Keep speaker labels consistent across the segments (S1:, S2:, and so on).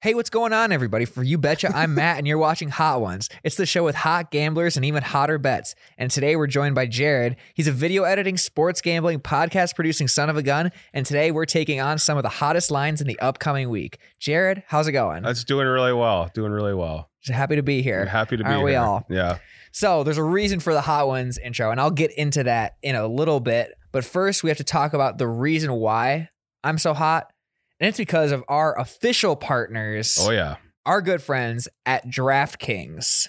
S1: Hey, what's going on, everybody? For You Betcha, I'm Matt, and you're watching Hot Ones. It's the show with hot gamblers and even hotter bets. And today we're joined by Jared. He's a video editing, sports gambling, podcast producing son of a gun. And today we're taking on some of the hottest lines in the upcoming week. Jared, how's it going?
S2: That's doing really well. Doing really well.
S1: Just happy to be here.
S2: Uh, I'm happy to be
S1: Aren't
S2: here.
S1: we all?
S2: Yeah.
S1: So there's a reason for the Hot Ones intro, and I'll get into that in a little bit. But first, we have to talk about the reason why I'm so hot. And it's because of our official partners,
S2: Oh yeah.
S1: our good friends at DraftKings.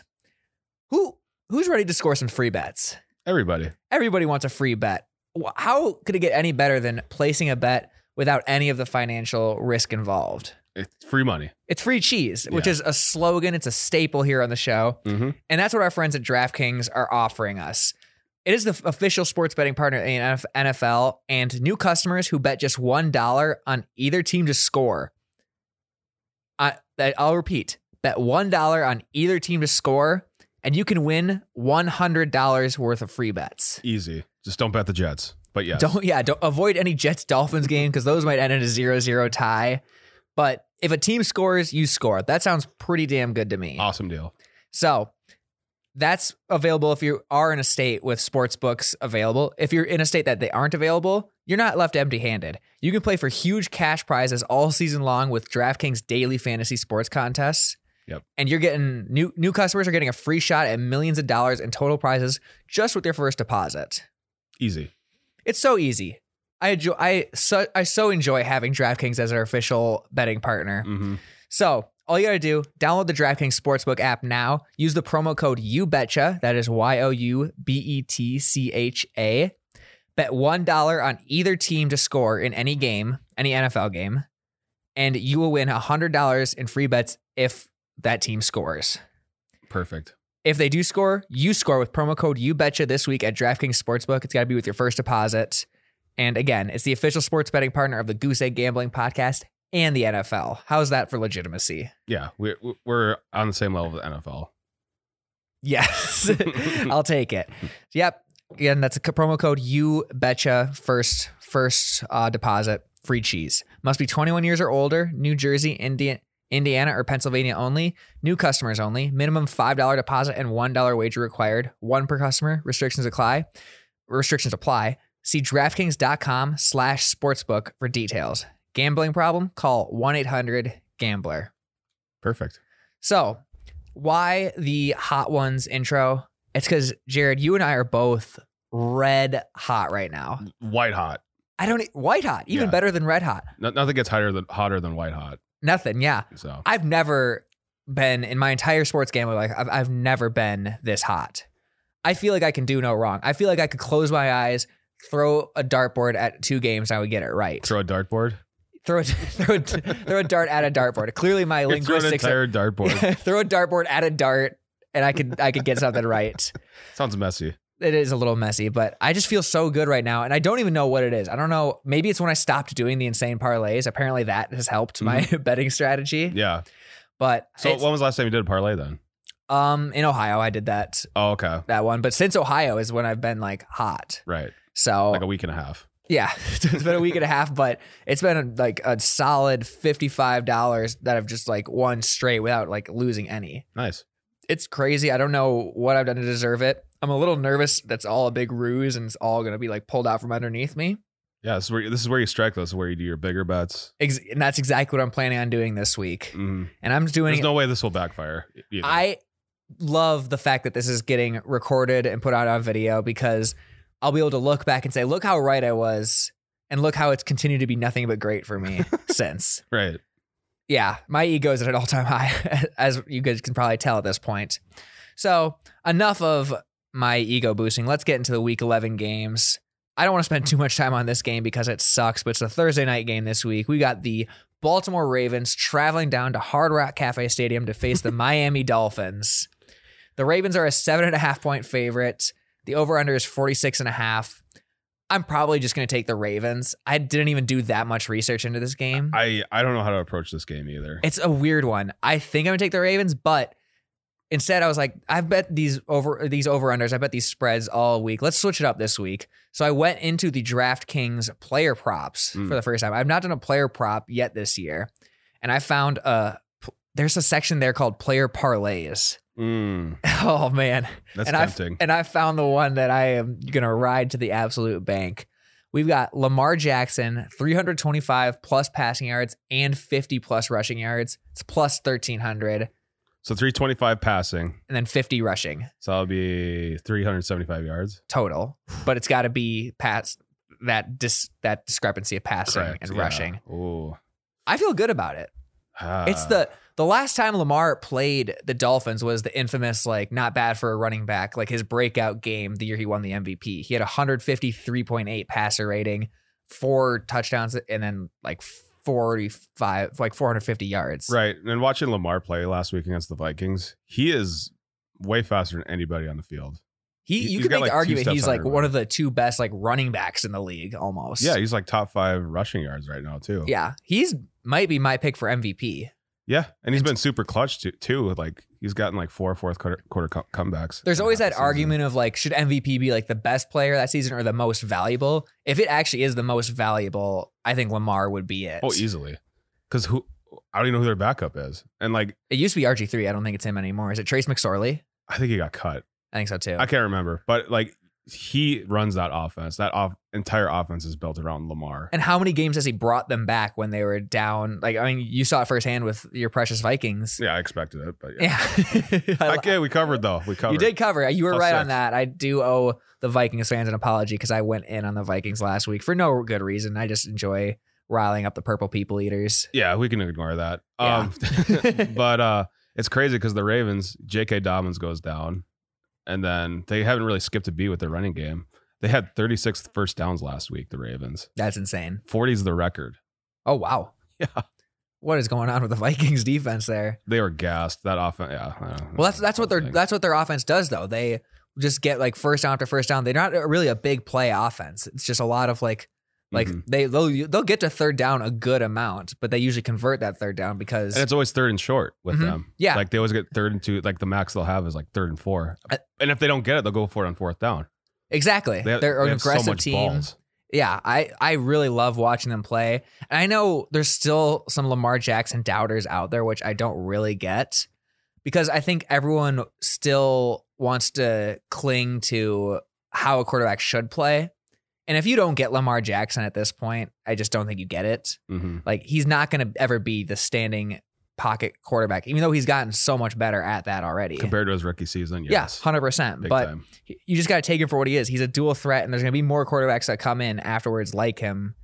S1: Who who's ready to score some free bets?
S2: Everybody.
S1: Everybody wants a free bet. Wh- How could it get any better than placing a bet without any of the financial risk involved?
S2: It's free money.
S1: It's free cheese, which
S2: Yeah.
S1: is a slogan, it's a staple here on the show.
S2: Mm-hmm.
S1: And that's what our friends at DraftKings are offering us. It is the f- official sports betting partner in NF- NFL, and new customers who bet just $1 on either team to score. I, that- I'll repeat bet $1 on either team to score, and you can win $100 worth of free bets.
S2: Easy. Just don't bet the Jets. But yes.
S1: Don't yeah, don't avoid any Jets Dolphins game because those might end in a 0-0 tie. But if a team scores, you score. That sounds pretty damn good to me.
S2: Awesome deal.
S1: So that's available if you are in a state with sports books available. If you're in a state that they aren't available, you're not left empty handed. You can play for huge cash prizes all season long with DraftKings daily fantasy sports contests.
S2: Yep.
S1: And you're getting new new customers are getting a free shot at millions of dollars in total prizes just with their first deposit.
S2: Easy.
S1: It's so easy. I enjoy, I so I so enjoy having DraftKings as our official betting partner.
S2: Mm-hmm.
S1: So all you gotta do, download the DraftKings Sportsbook app now. Use the promo code YouBetcha. That is Y O U B E T C H A. Bet one dollar on either team to score in any game, any NFL game, and you will win hundred dollars in free bets if that team scores.
S2: Perfect.
S1: If they do score, you score with promo code YouBetcha this week at DraftKings Sportsbook. It's got to be with your first deposit. And again, it's the official sports betting partner of the Goose Egg Gambling Podcast and the NFL. How's that for legitimacy?
S2: Yeah. We're we're on the same level as NFL.
S1: Yes, I'll take it. Yep. Again, that's a co- promo code. You betcha. First, first uh, deposit, free cheese. Must be 21 years or older. New Jersey, Indian, Indiana, or Pennsylvania only. New customers only. Minimum five dollar deposit and one dollar wager required. One per customer. Restrictions apply. Restrictions apply. See DraftKings.com/sportsbook for details. Gambling problem? Call 1-800-GAMBLER.
S2: Perfect.
S1: So, why the hot ones intro? It's because Jared, you and I are both red hot right now.
S2: White hot.
S1: I don't e, white hot, even
S2: Yeah.
S1: better than red hot.
S2: No, nothing gets hotter than hotter than white hot.
S1: Nothing, yeah.
S2: So
S1: I've never been in my entire sports gambling life. I've, I've never been this hot. I feel like I can do no wrong. I feel like I could close my eyes, throw a dartboard at two games, and I would get it right.
S2: throw a dartboard.
S1: Throw a, throw a, throw a dart at a dartboard. Clearly, my
S2: Throw an
S1: linguistics.
S2: entire dartboard.
S1: throw a dartboard at a dart, and I could I could get something right.
S2: Sounds messy.
S1: it is a little messy, but I just feel so good right now. And I don't even know what it is. I don't know. Maybe it's when I stopped doing the insane parlays. Apparently, that has helped my betting strategy.
S2: Mm-hmm. Yeah.
S1: But
S2: So
S1: it's-
S2: when was the last time you did a parlay then?
S1: um, in Ohio, I did that
S2: Oh, okay.
S1: that one. But since Ohio is when I've been like hot.
S2: Right.
S1: So
S2: Like a week and a half.
S1: yeah, it's been a week and a half, but it's been like a solid fifty-five dollars that I've just like won straight without like losing any.
S2: Nice.
S1: It's crazy. I don't know what I've done to deserve it. I'm a little nervous. That's all a big ruse, and it's all gonna be like pulled out from underneath me.
S2: Yeah, this is where this is where you strike. This is where you do your bigger bets.
S1: Ex- and that's exactly what I'm planning on doing this week.
S2: Mm.
S1: And I'm doing.
S2: There's no way this will backfire. e-, either.
S1: I love the fact that this is getting recorded and put out on video because I'll be able to look back and say, "Look how right I was," and look how it's continued to be nothing but great for me since.
S2: right.
S1: Yeah, my ego is at an all-time high, as you guys can probably tell at this point. So enough of my ego boosting. Let's get into the Week 11 games. I don't want to spend too much time on this game because it sucks, but it's a Thursday night game this week. We got the Baltimore Ravens traveling down to Hard Rock Cafe Stadium to face the Miami Dolphins. The Ravens are a seven and a half point favorite. The over under is 46 and a half. I'm probably just going to take the Ravens. I didn't even do that much research into this game.
S2: I I don't know how to approach this game either.
S1: It's a weird one. I think I'm gonna take the Ravens, but instead I was like, I bet these over these over unders. I bet these spreads all week. Let's switch it up this week. So I went into the DraftKings player props
S2: Mm.
S1: for the first time. I've not done a player prop yet this year, and I found a there's a section there called player parlays.
S2: Mm,
S1: Oh man.
S2: that's
S1: and I
S2: tempting.
S1: and I found the one that I am gonna ride to the absolute bank. We've got Lamar Jackson, 325 plus passing yards and 50 plus rushing yards. It's plus 1300
S2: so 325 passing.
S1: and then 50 rushing
S2: So that'll be 375 yards.
S1: total. But it's got to be past that dis- that discrepancy of passing and rushing.
S2: Oh,
S1: I feel good about it.
S2: Ah.
S1: It's the the last time Lamar played the Dolphins was the infamous like not bad for a running back like his breakout game the year he won the MVP. He had 153.8 passer rating, four touchdowns and then like 45 like 450 yards.
S2: right. And watching Lamar play last week against the Vikings, he is way faster than anybody on the field.
S1: He
S2: He-
S1: you
S2: he's
S1: could
S2: got,
S1: make
S2: like,
S1: the
S2: two
S1: argument
S2: steps
S1: he's
S2: on
S1: like one
S2: everybody.
S1: of the two best like running backs in the league almost.
S2: Yeah, he's like top five rushing yards right now too.
S1: Yeah, he's might be my pick for MVP.
S2: Yeah, and he's
S1: And-
S2: been super clutch too. too. Like he's gotten like four fourth quarter, quarter co- comebacks.
S1: There's
S2: in
S1: always that
S2: half the season.
S1: argument of like, should MVP be like the best player that season or the most valuable? If it actually is the most valuable, I think Lamar would be it.
S2: Oh, easily, because who? I don't even know who their backup is, and like
S1: It used to be RG3. I don't think it's him anymore. Is it Trace McSorley?
S2: I think he got cut.
S1: I think so too.
S2: I can't remember, but like he runs that offense. That off- entire offense is built around Lamar.
S1: and how many games has he brought them back when they were down? Like, I mean, you saw it firsthand with your precious Vikings.
S2: yeah, I expected it, but yeah,
S1: Yeah. I-
S2: okay, we covered though. We covered.
S1: You did cover. You were
S2: Plus
S1: right
S2: six.
S1: on that. I do owe the Vikings fans an apology because I went in on the Vikings last week for no good reason. I just enjoy riling up the purple people eaters.
S2: Yeah, we can ignore that.
S1: Yeah.
S2: Um, but uh, it's crazy because the Ravens, J.K. Dobbins goes down, and then they haven't really skipped a beat with their running game. They had 36 first downs last week. The Ravens,
S1: That's insane.
S2: 40 is the record.
S1: Oh wow.
S2: Yeah.
S1: What is going on with the Vikings defense there?
S2: They were gassed. That offense, yeah. I don't know.
S1: Well, that's that's what their
S2: Thing.
S1: that's what their offense does though. They just get like first down after first down. They're not really a big play offense. It's just a lot of like like
S2: Mhm.
S1: they they'll they'll get to third down a good amount, but they usually convert that third down because
S2: and it's always third and short with
S1: Mhm.
S2: them.
S1: yeah,
S2: Like they always get third and two. Like the max they'll have is like third and four.
S1: I-
S2: And if they don't get it, they'll go for it on fourth down.
S1: exactly.
S2: They,
S1: They're
S2: they
S1: an
S2: have so
S1: aggressive
S2: much
S1: team.
S2: balls.
S1: Yeah, I I really love watching them play. And I know there's still some Lamar Jackson doubters out there, which I don't really get because I think everyone still wants to cling to how a quarterback should play. And if you don't get Lamar Jackson at this point, I just don't think you get it.
S2: hmm
S1: Like he's not going to ever be the standing pocket quarterback, even though he's gotten so much better at that already.
S2: Compared to his rookie season,
S1: yeah,
S2: yes,
S1: hundred percent.
S2: big
S1: But
S2: time.
S1: you just got to take him for what he is. He's a dual threat, and there's going to be more quarterbacks that come in afterwards like him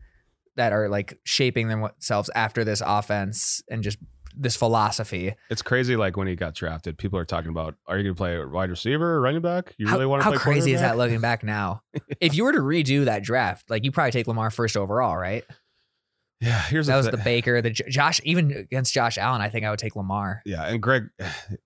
S1: that are like shaping themselves after this offense and just this philosophy.
S2: It's crazy. Like when he got drafted, people are talking about, are you going to play wide receiver or running back? You really
S1: how
S2: want to
S1: how
S2: play
S1: crazy is that
S2: quarterback?
S1: looking back now? if you were to redo that draft, like you probably take Lamar first overall, right?
S2: Yeah, here's
S1: That was
S2: the,
S1: the
S2: thing.
S1: Baker, the J- Josh, even against Josh Allen, I think I would take Lamar.
S2: yeah, and Greg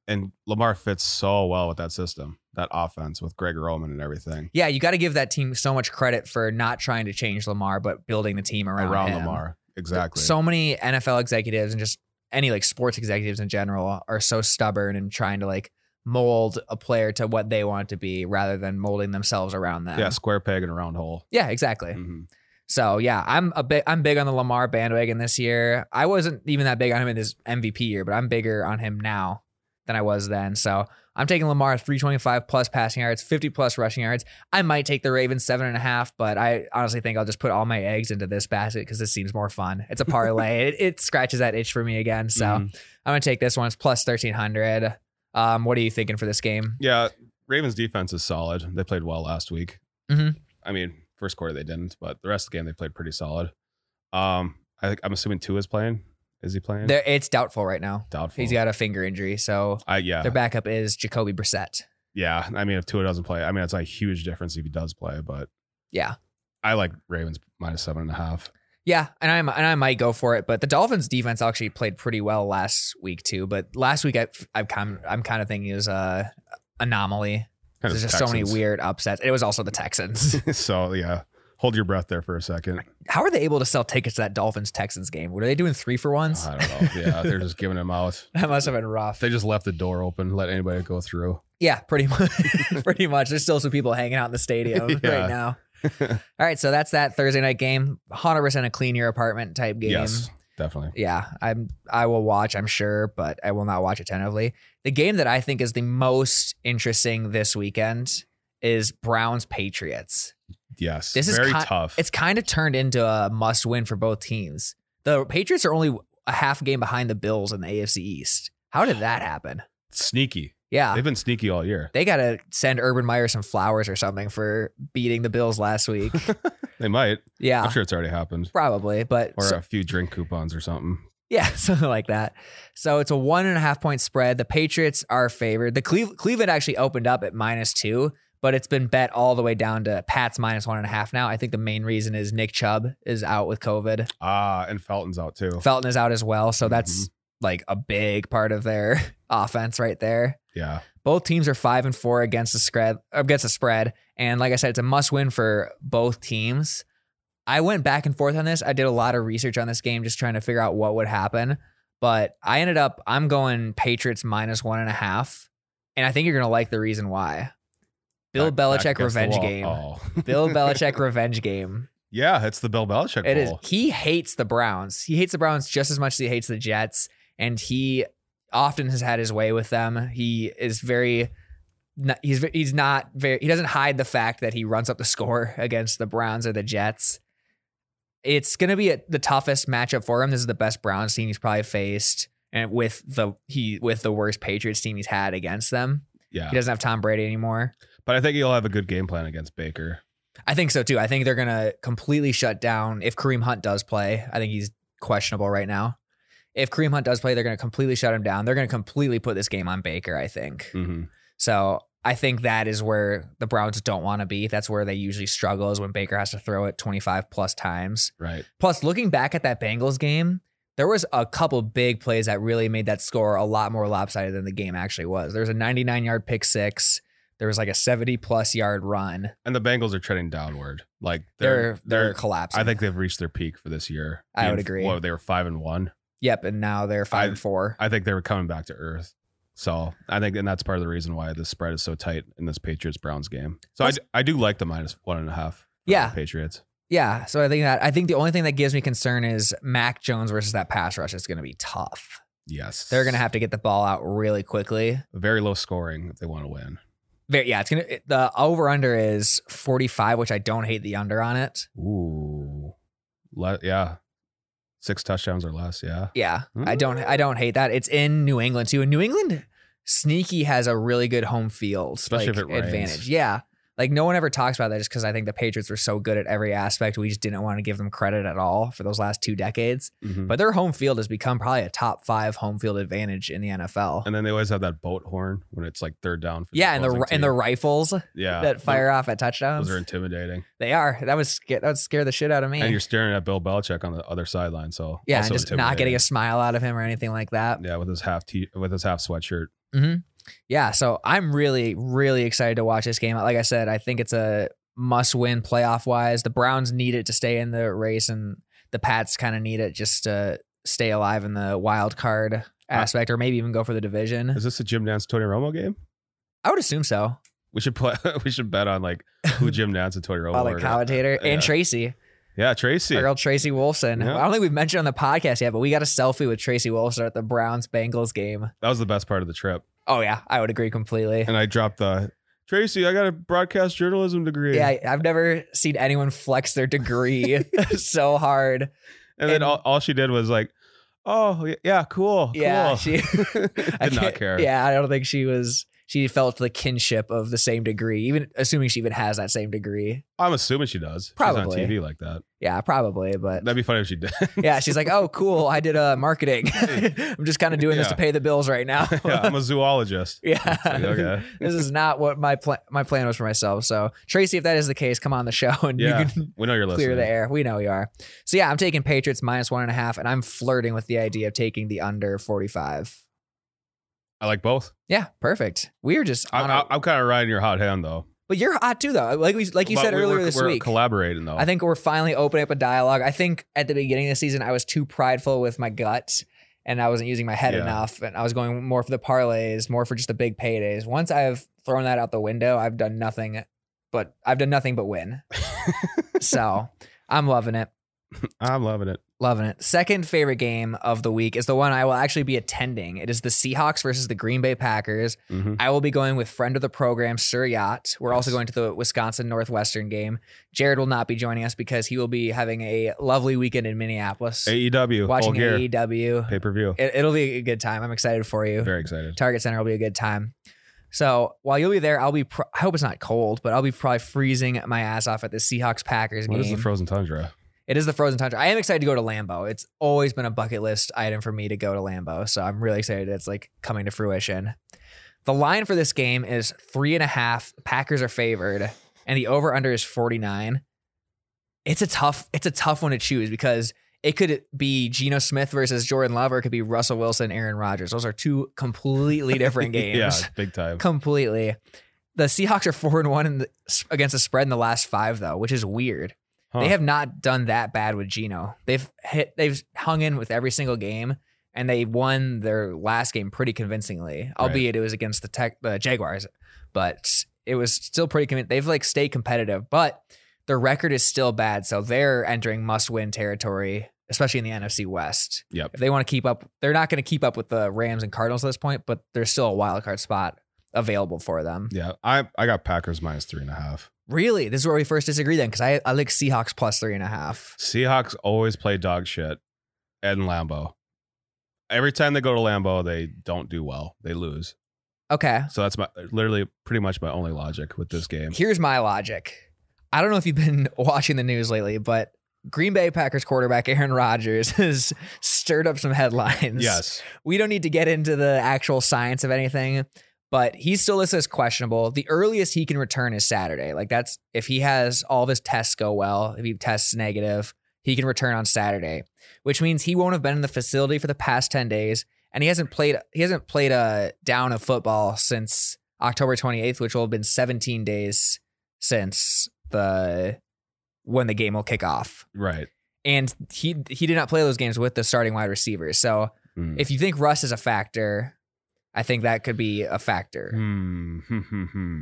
S2: and Lamar fits so well with that system, that offense with Greg Roman and everything
S1: Yeah, you got to give that team so much credit for not trying to change Lamar, but building the team around,
S2: around,
S1: him.
S2: Lamar. Exactly.
S1: So many NFL executives and just any like sports executives in general are so stubborn and trying to like mold a player to what they want it to be rather than molding themselves around them.
S2: yeah, square peg and a round hole.
S1: Yeah, exactly.
S2: Mhm.
S1: So yeah, I'm a big I'm big on the Lamar bandwagon this year. I wasn't even that big on him in his MVP year, but I'm bigger on him now than I was then. So I'm taking Lamar 325 plus passing yards, 50 plus rushing yards. I might take the Ravens seven and a half, but I honestly think I'll just put all my eggs into this basket because this seems more fun. It's a parlay. it, it scratches that itch for me again. So
S2: Mhm.
S1: I'm gonna take this one. It's plus 1300. Um, what are you thinking for this game?
S2: Yeah, Ravens defense is solid. They played well last week.
S1: Mhm.
S2: I mean, first quarter they didn't, but the rest of the game they played pretty solid. Um, I think I'm assuming two is playing. Is he playing?
S1: There, it's doubtful right now.
S2: Doubtful.
S1: He's got a finger injury, so
S2: I, yeah,
S1: their backup is Jacoby Brissett.
S2: yeah. I mean, if Tua doesn't play, I mean, it's a huge difference if he does play. But
S1: Yeah.
S2: I like Ravens minus seven and a half.
S1: Yeah, and I am and I might go for it, but the Dolphins defense actually played pretty well last week too. But last week I I've come I'm kind of thinking it was a anomaly.
S2: Kind
S1: There's
S2: of
S1: just so many
S2: Texans.
S1: weird upsets. It was also the Texans.
S2: so yeah, hold your breath there for a second.
S1: How are they able to sell tickets to that Dolphins Texans game? Were they doing three for ones?
S2: I don't know. Yeah, they're just giving him out.
S1: that must have been rough.
S2: Uh-huh. They just left the door open, let anybody go through.
S1: Yeah, pretty much. pretty much. There's still some people hanging out in the stadium
S2: Yeah.
S1: right now. All right, so that's that Thursday night game. 100% a clean your apartment type game.
S2: Yes, definitely.
S1: yeah, I'm I will watch, I'm sure, but I will not watch attentively. The game that I think is the most interesting this weekend is Browns Patriots.
S2: Yes.
S1: This is
S2: very
S1: con-
S2: tough.
S1: It's kind of turned into a must win for both teams. The Patriots are only a half game behind the Bills in the AFC East. How did that happen?
S2: sneaky.
S1: Yeah.
S2: They've been sneaky all year.
S1: They got to send Urban Meyer some flowers or something for beating the Bills last week.
S2: They might.
S1: Yeah,
S2: I'm sure it's already happened.
S1: probably. But
S2: Or
S1: Ah. so-
S2: a few drink coupons or something.
S1: Yeah, something like that. So it's a one and a half point spread. The Patriots are favored. The Cleve- Cleveland actually opened up at minus two, but it's been bet all the way down to Pat's minus one and a half now. I think the main reason is Nick Chubb is out with COVID.
S2: Ah, and Felton's out too.
S1: Felton is out as well. So that's like a big part of their offense right there.
S2: Yeah.
S1: Both teams are five and four against the spread against the spread. And like I said, it's a must win for both teams. I went back and forth on this. I did a lot of research on this game, just trying to figure out what would happen. But I ended up I'm going Patriots minus one and a half. And I think you're gonna like the reason why. Bill
S2: Back- back
S1: Belichick
S2: against the
S1: revenge
S2: wall.
S1: game.
S2: Oh.
S1: Bill Belichick revenge game.
S2: yeah, it's the Bill Belichick
S1: It is.
S2: bowl.
S1: He hates the Browns. He hates the Browns just as much as he hates the Jets, and he often has had his way with them. He is very. not- He's he's not very. He doesn't hide the fact that he runs up the score against the Browns or the Jets. It's going to be a, the toughest matchup for him. This is the best Browns team he's probably faced, and with the he with the worst Patriots team he's had against them.
S2: Yeah.
S1: He doesn't have Tom Brady anymore.
S2: But I think he'll have a good game plan against Baker.
S1: I think so too. I think they're going to completely shut down if Kareem Hunt does play. I think he's questionable right now. If Kareem Hunt does play, they're going to completely shut him down. They're going to completely put this game on Baker, I think.
S2: hmm
S1: So I think that is where the Browns don't want to be. That's where they usually struggle is when Baker has to throw it 25 plus times.
S2: Right.
S1: Plus, looking back at that Bengals game, there was a couple big plays that really made that score a lot more lopsided than the game actually was. There was a 99 yard pick six. There was like a 70 plus yard run.
S2: And the Bengals are trending downward. Like
S1: They're they're, collapsing.
S2: I think they've reached their peak for this year.
S1: I would
S2: Being-
S1: agree.
S2: Well, they were five and one.
S1: Yep, and now they're five
S2: I-
S1: and four.
S2: I think they were coming back to earth. So I think, and that's part of the reason why the spread is so tight in this Patriots Browns game. So I,
S1: Plus-
S2: d- I do like the minus one and a half. for the
S1: Yeah.
S2: Patriots.
S1: yeah, so I think that I think the only thing that gives me concern is Mac Jones versus that pass rush is going to be tough.
S2: Yes,
S1: They're going to have to get the ball out really quickly.
S2: very low scoring if they want to win.
S1: Very, yeah, it's going to the over under is 45, which I don't hate the under on it.
S2: Ooh, Le- yeah, six touchdowns or less. Yeah,
S1: Yeah, I don't I don't hate that. It's in New England too. And New England sneaky has a really good home field
S2: Especially
S1: like,
S2: if it rains.
S1: advantage. Yeah. Like no one ever talks about that just because I think the Patriots were so good at every aspect. We just didn't want to give them credit at all for those last two decades.
S2: Mhm.
S1: But their home field has become probably a top five home field advantage in the NFL.
S2: and then they always have that boat horn when it's like third down. For
S1: yeah, and the
S2: opposing
S1: and the
S2: team.
S1: rifles
S2: yeah
S1: that fire off at
S2: Those,
S1: touchdowns.
S2: those are intimidating,
S1: they are. That was sca- that would scare the shit out of
S2: and
S1: me.
S2: you're staring at Bill Belichick on the other sideline. So
S1: Yeah, and
S2: also
S1: just not getting a
S2: intimidating.
S1: smile out of him or anything like that.
S2: yeah with his half t- with his half sweatshirt.
S1: Yeah, so I'm really really excited to watch this game. Like I said, I think it's a must win playoff wise. The Browns need it to stay in the race, and the Pats kind of need it just to stay alive in the wild card aspect, or maybe even go for the division.
S2: Is this a Jim Nance Tony Romo game?
S1: I would assume so.
S2: We should play. We should bet on like who Jim Nance and Tony Romo
S1: While the
S2: are.
S1: commentator
S2: Yeah.
S1: and Tracy.
S2: yeah, Tracy.
S1: Our girl Tracy Wolfson.
S2: Yeah.
S1: I don't think we've mentioned on the podcast yet, but we got a selfie with Tracy Wolfson at the Browns Bengals game.
S2: That was the best part of the trip.
S1: Oh yeah, I would agree completely.
S2: And I dropped the Tracy. I got a broadcast journalism degree.
S1: Yeah, I- I've never seen anyone flex their degree so hard.
S2: and then
S1: and-
S2: all, all she did was like, "Oh y- yeah, cool,
S1: Yeah,
S2: cool."
S1: she
S2: did not
S1: can't-
S2: care.
S1: Yeah, I don't think she was. She felt the kinship of the same degree, even assuming she even has that same degree.
S2: I'm assuming she does.
S1: Probably.
S2: She's on TV like that.
S1: Yeah, probably, but.
S2: That'd be funny if she did.
S1: yeah, she's like, "Oh, cool! I did uh, marketing. I'm just kind of doing this to
S2: Yeah.
S1: pay the bills right now."
S2: yeah, I'm a zoologist.
S1: Yeah.
S2: Like, okay.
S1: this is not what my plan my plan was for myself. So Tracy, if that is the case, come on the show and
S2: Yeah,
S1: you can
S2: we know you're listening.
S1: clear the air. We know you are. So yeah, I'm taking Patriots minus one and a half, and I'm flirting with the idea of taking the under 45.
S2: I like both.
S1: Yeah, perfect. We are just
S2: I,
S1: on. a
S2: I, I'm kind of riding your hot hand though.
S1: but you're hot too, though. Like we like you
S2: But
S1: said
S2: we-
S1: earlier
S2: we're,
S1: this
S2: we're
S1: week.
S2: collaborating though.
S1: I think we're finally opening up a dialogue. I think at the beginning of the season, I was too prideful with my gut and I wasn't using my head
S2: Yeah.
S1: enough. And I was going more for the parlays, more for just the big paydays. Once I've thrown that out the window, I've done nothing but I've done nothing but win. so I'm loving it.
S2: I'm loving it.
S1: Loving it. Second favorite game of the week is the one I will actually be attending. It is the Seahawks versus the Green Bay Packers.
S2: Mhm.
S1: I will be going with friend of the program, Sir Yacht. We're also
S2: Nice.
S1: going to the Wisconsin Northwestern game. Jared will not be joining us because he will be having a lovely weekend in Minneapolis,
S2: AEW, E full
S1: watching E
S2: gear,
S1: AEW.
S2: pay per view.
S1: It, it'll be a good time. I'm excited for you.
S2: Very excited.
S1: Target Center will be a good time. So while you'll be there, I'll be. Pro- I hope it's not cold, but I'll be probably freezing my ass off at the Seahawks Packers
S2: What
S1: game.
S2: is the frozen tundra?
S1: It is the frozen tundra. I am excited to go to Lambo. It's always been a bucket list item for me to go to Lambo, so I'm really excited it's like coming to fruition. The line for this game is three and a half. Packers are favored, and the over under is 49. It's a tough. It's a tough one to choose because it could be Geno Smith versus Jordan Love, or it could be Russell Wilson, Aaron Rodgers. Those are two completely different games
S2: yeah, big time.
S1: completely. The Seahawks are four and one in the, against the spread in the last five, though, which is weird.
S2: Huh.
S1: They have not done that bad with Geno. They've hit, they've hung in with every single game, and they won their last game pretty convincingly, albeit it was against the Tech, the Jaguars, but it was still pretty. Conv- they've like stayed competitive, but their record is still bad, so they're entering must-win territory, especially in the NFC West.
S2: Yep.
S1: If they want to keep up, they're not going to keep up with the Rams and Cardinals at this point, but there's still a wild card spot available for them.
S2: Yeah, I I got Packers minus three and a half.
S1: Really, this is where we first disagree then, because I I like Seahawks plus three and a half.
S2: Seahawks always play dog shit at Lambeau. Every time they go to Lambeau, they don't do well. They lose.
S1: Okay,
S2: So that's my literally pretty much my only logic with this game.
S1: here's my logic. I don't know if you've been watching the news lately, but Green Bay Packers quarterback Aaron Rodgers has stirred up some headlines.
S2: Yes.
S1: we don't need to get into the actual science of anything, but he's still listed as questionable. The earliest he can return is Saturday. Like that's if he has all of his tests go well, if he tests negative, he can return on Saturday, which means he won't have been in the facility for the past 10 days and he hasn't played he hasn't played a down of football since October 28th, which will have been 17 days since the when the game will kick off.
S2: Right.
S1: And he he did not play those games with the starting wide receivers. So
S2: Mm.
S1: if you think Russ is a factor, I think that could be a factor.
S2: Hmm. Hmm, hmm, hmm.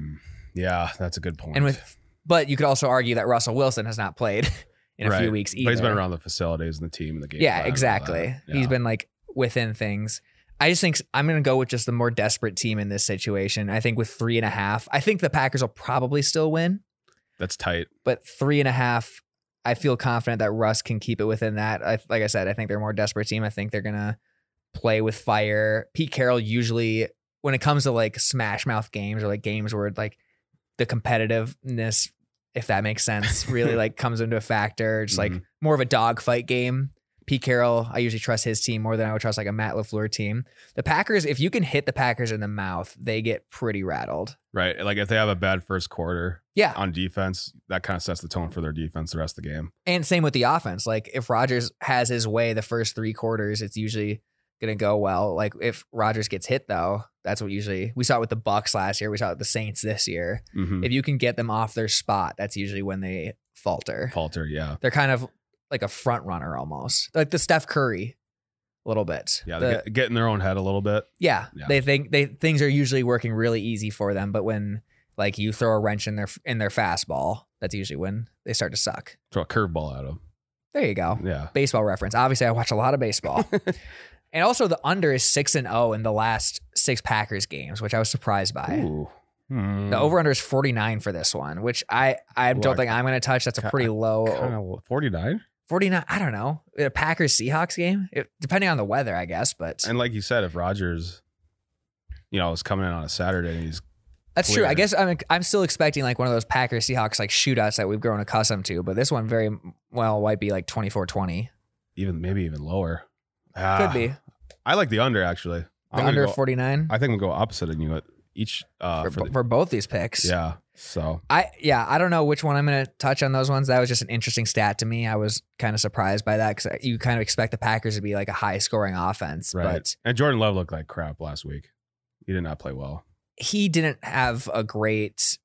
S2: yeah, that's a good point.
S1: And with, but you could also argue that Russell Wilson has not played in a few
S2: Right.
S1: weeks either.
S2: but he's been around the facilities and the team and the game.
S1: Yeah,
S2: plan and all
S1: exactly.
S2: that.
S1: He's
S2: Yeah.
S1: been like within things. I just think s- I'm going to go with just the more desperate team in this situation. I think with three and a half, I think the Packers will probably still win,
S2: that's tight.
S1: but three and a half, I feel confident that Russ can keep it within that. I, like I said, I think they're a more desperate team. I think they're going to play with fire. Pete Carroll usually, when it comes to like smash mouth games or like games where like the competitiveness, if that makes sense, really like comes into a factor, just like
S2: Mhm.
S1: more of a dogfight game. Pete Carroll, I usually trust his team more than I would trust like a Matt LaFleur team. The Packers, if you can hit the Packers in the mouth, they get pretty rattled.
S2: Right. Like if they have a bad first quarter
S1: Yeah.
S2: on defense, that kind of sets the tone for their defense the rest of the game.
S1: And same with the offense. Like if Rodgers has his way the first three quarters, it's usually gonna go well. Like if Rodgers gets hit though, that's what usually we saw it with the Bucks last year. We saw it with the Saints this year.
S2: Mhm.
S1: If you can get them off their spot, that's usually when they falter.
S2: Falter, yeah.
S1: They're kind of like a front runner almost, like the Steph Curry, a little bit.
S2: Yeah,
S1: The-
S2: they get, get in their own head a little bit.
S1: yeah,
S2: Yeah.
S1: They think they things are usually working really easy for them, but when like you throw a wrench in their in their fastball, that's usually when they start to suck.
S2: Throw a curveball at them.
S1: There you go.
S2: Yeah.
S1: baseball reference. Obviously, I watch a lot of baseball. and also, the under is 6 and 0 in the last six Packers games, which I was surprised by.
S2: Ooh. Hmm.
S1: The over under is 49 for this one, which I, I
S2: Ooh, I-
S1: don't think I'm going to touch. That's a
S2: Ki-
S1: pretty low.
S2: Kinda 49?
S1: 49, I don't know. A Packers Seahawks game? It- depending on the weather, I guess, but
S2: And like you said, if Rogers, you know, is coming in on a Saturday and he's
S1: that's true. I
S2: weird.
S1: guess I'm, I'm still expecting like one of those Packers Seahawks like shootouts that we've grown accustomed to, but this one very well might be like 24 20.
S2: even maybe even lower. Ah,
S1: Could be. The
S2: I like the under actually. I'm gonna
S1: under
S2: go-
S1: 49
S2: I think we go opposite in you at each uh
S1: for,
S2: for
S1: bo-
S2: the-
S1: for both these picks.
S2: yeah. So
S1: I yeah, I don't know which one I'm going to touch on those ones. That was just an interesting stat to me. I was kind of surprised by that because you kind of expect the Packers to be like a high scoring offense,
S2: right.
S1: but
S2: and Jordan Love looked like crap last week. He did not play well.
S1: he didn't have a great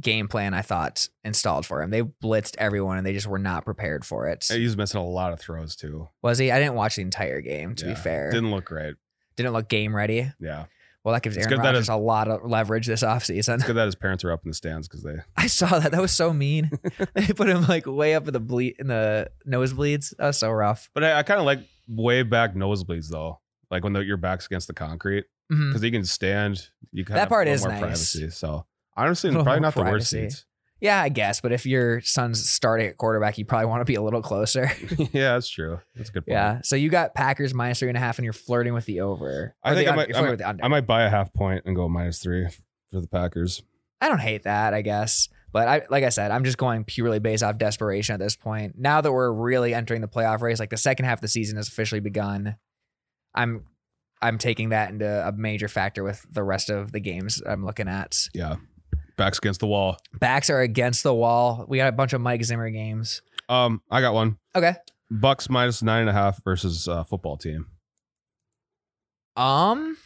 S1: game plan. I thought installed for him. They blitzed everyone and they just were not prepared for it.
S2: And He's missing a lot of throws too.
S1: Was he? I didn't watch the entire game to
S2: Yeah.
S1: be fair. Didn't,
S2: Didn't look great.
S1: look game ready.
S2: Yeah.
S1: Well, that gives
S2: It's
S1: Aaron
S2: good that
S1: Rodgers
S2: is-
S1: a lot of leverage this offseason.
S2: It's good that his parents are up in the stands because they
S1: I saw that. That was so mean. they put him like way up in the ble- in the nosebleeds. That was so rough.
S2: But I, I kind of like way back nosebleeds though, like when the, your back's against the concrete
S1: Mhm.
S2: because you can stand. You kind
S1: That
S2: of
S1: part
S2: a
S1: is
S2: little more
S1: nice.
S2: privacy. So honestly,
S1: A little
S2: probably
S1: more
S2: not the worst
S1: privacy.
S2: seats.
S1: Yeah, I guess. But if your son's starting at quarterback, you probably want to be a little closer.
S2: yeah, that's true. That's a good. Point.
S1: yeah. So you got Packers minus three and a half, and you're flirting with the over.
S2: I
S1: Or
S2: think
S1: the
S2: I
S1: un-
S2: might-
S1: you're flirting with the under.
S2: I might buy a half point and go minus three for the Packers.
S1: I don't hate that, I guess. But I, like I said, I'm just going purely based off desperation at this point. Now that we're really entering the playoff race, like the second half of the season has officially begun. I'm, I'm taking that into a major factor with the rest of the games I'm looking at.
S2: Yeah, backs against the wall.
S1: Backs are against the wall. We got a bunch of Mike Zimmer games.
S2: Um, I got one.
S1: Okay.
S2: Bucks minus nine and a half versus uh, football team.
S1: Um,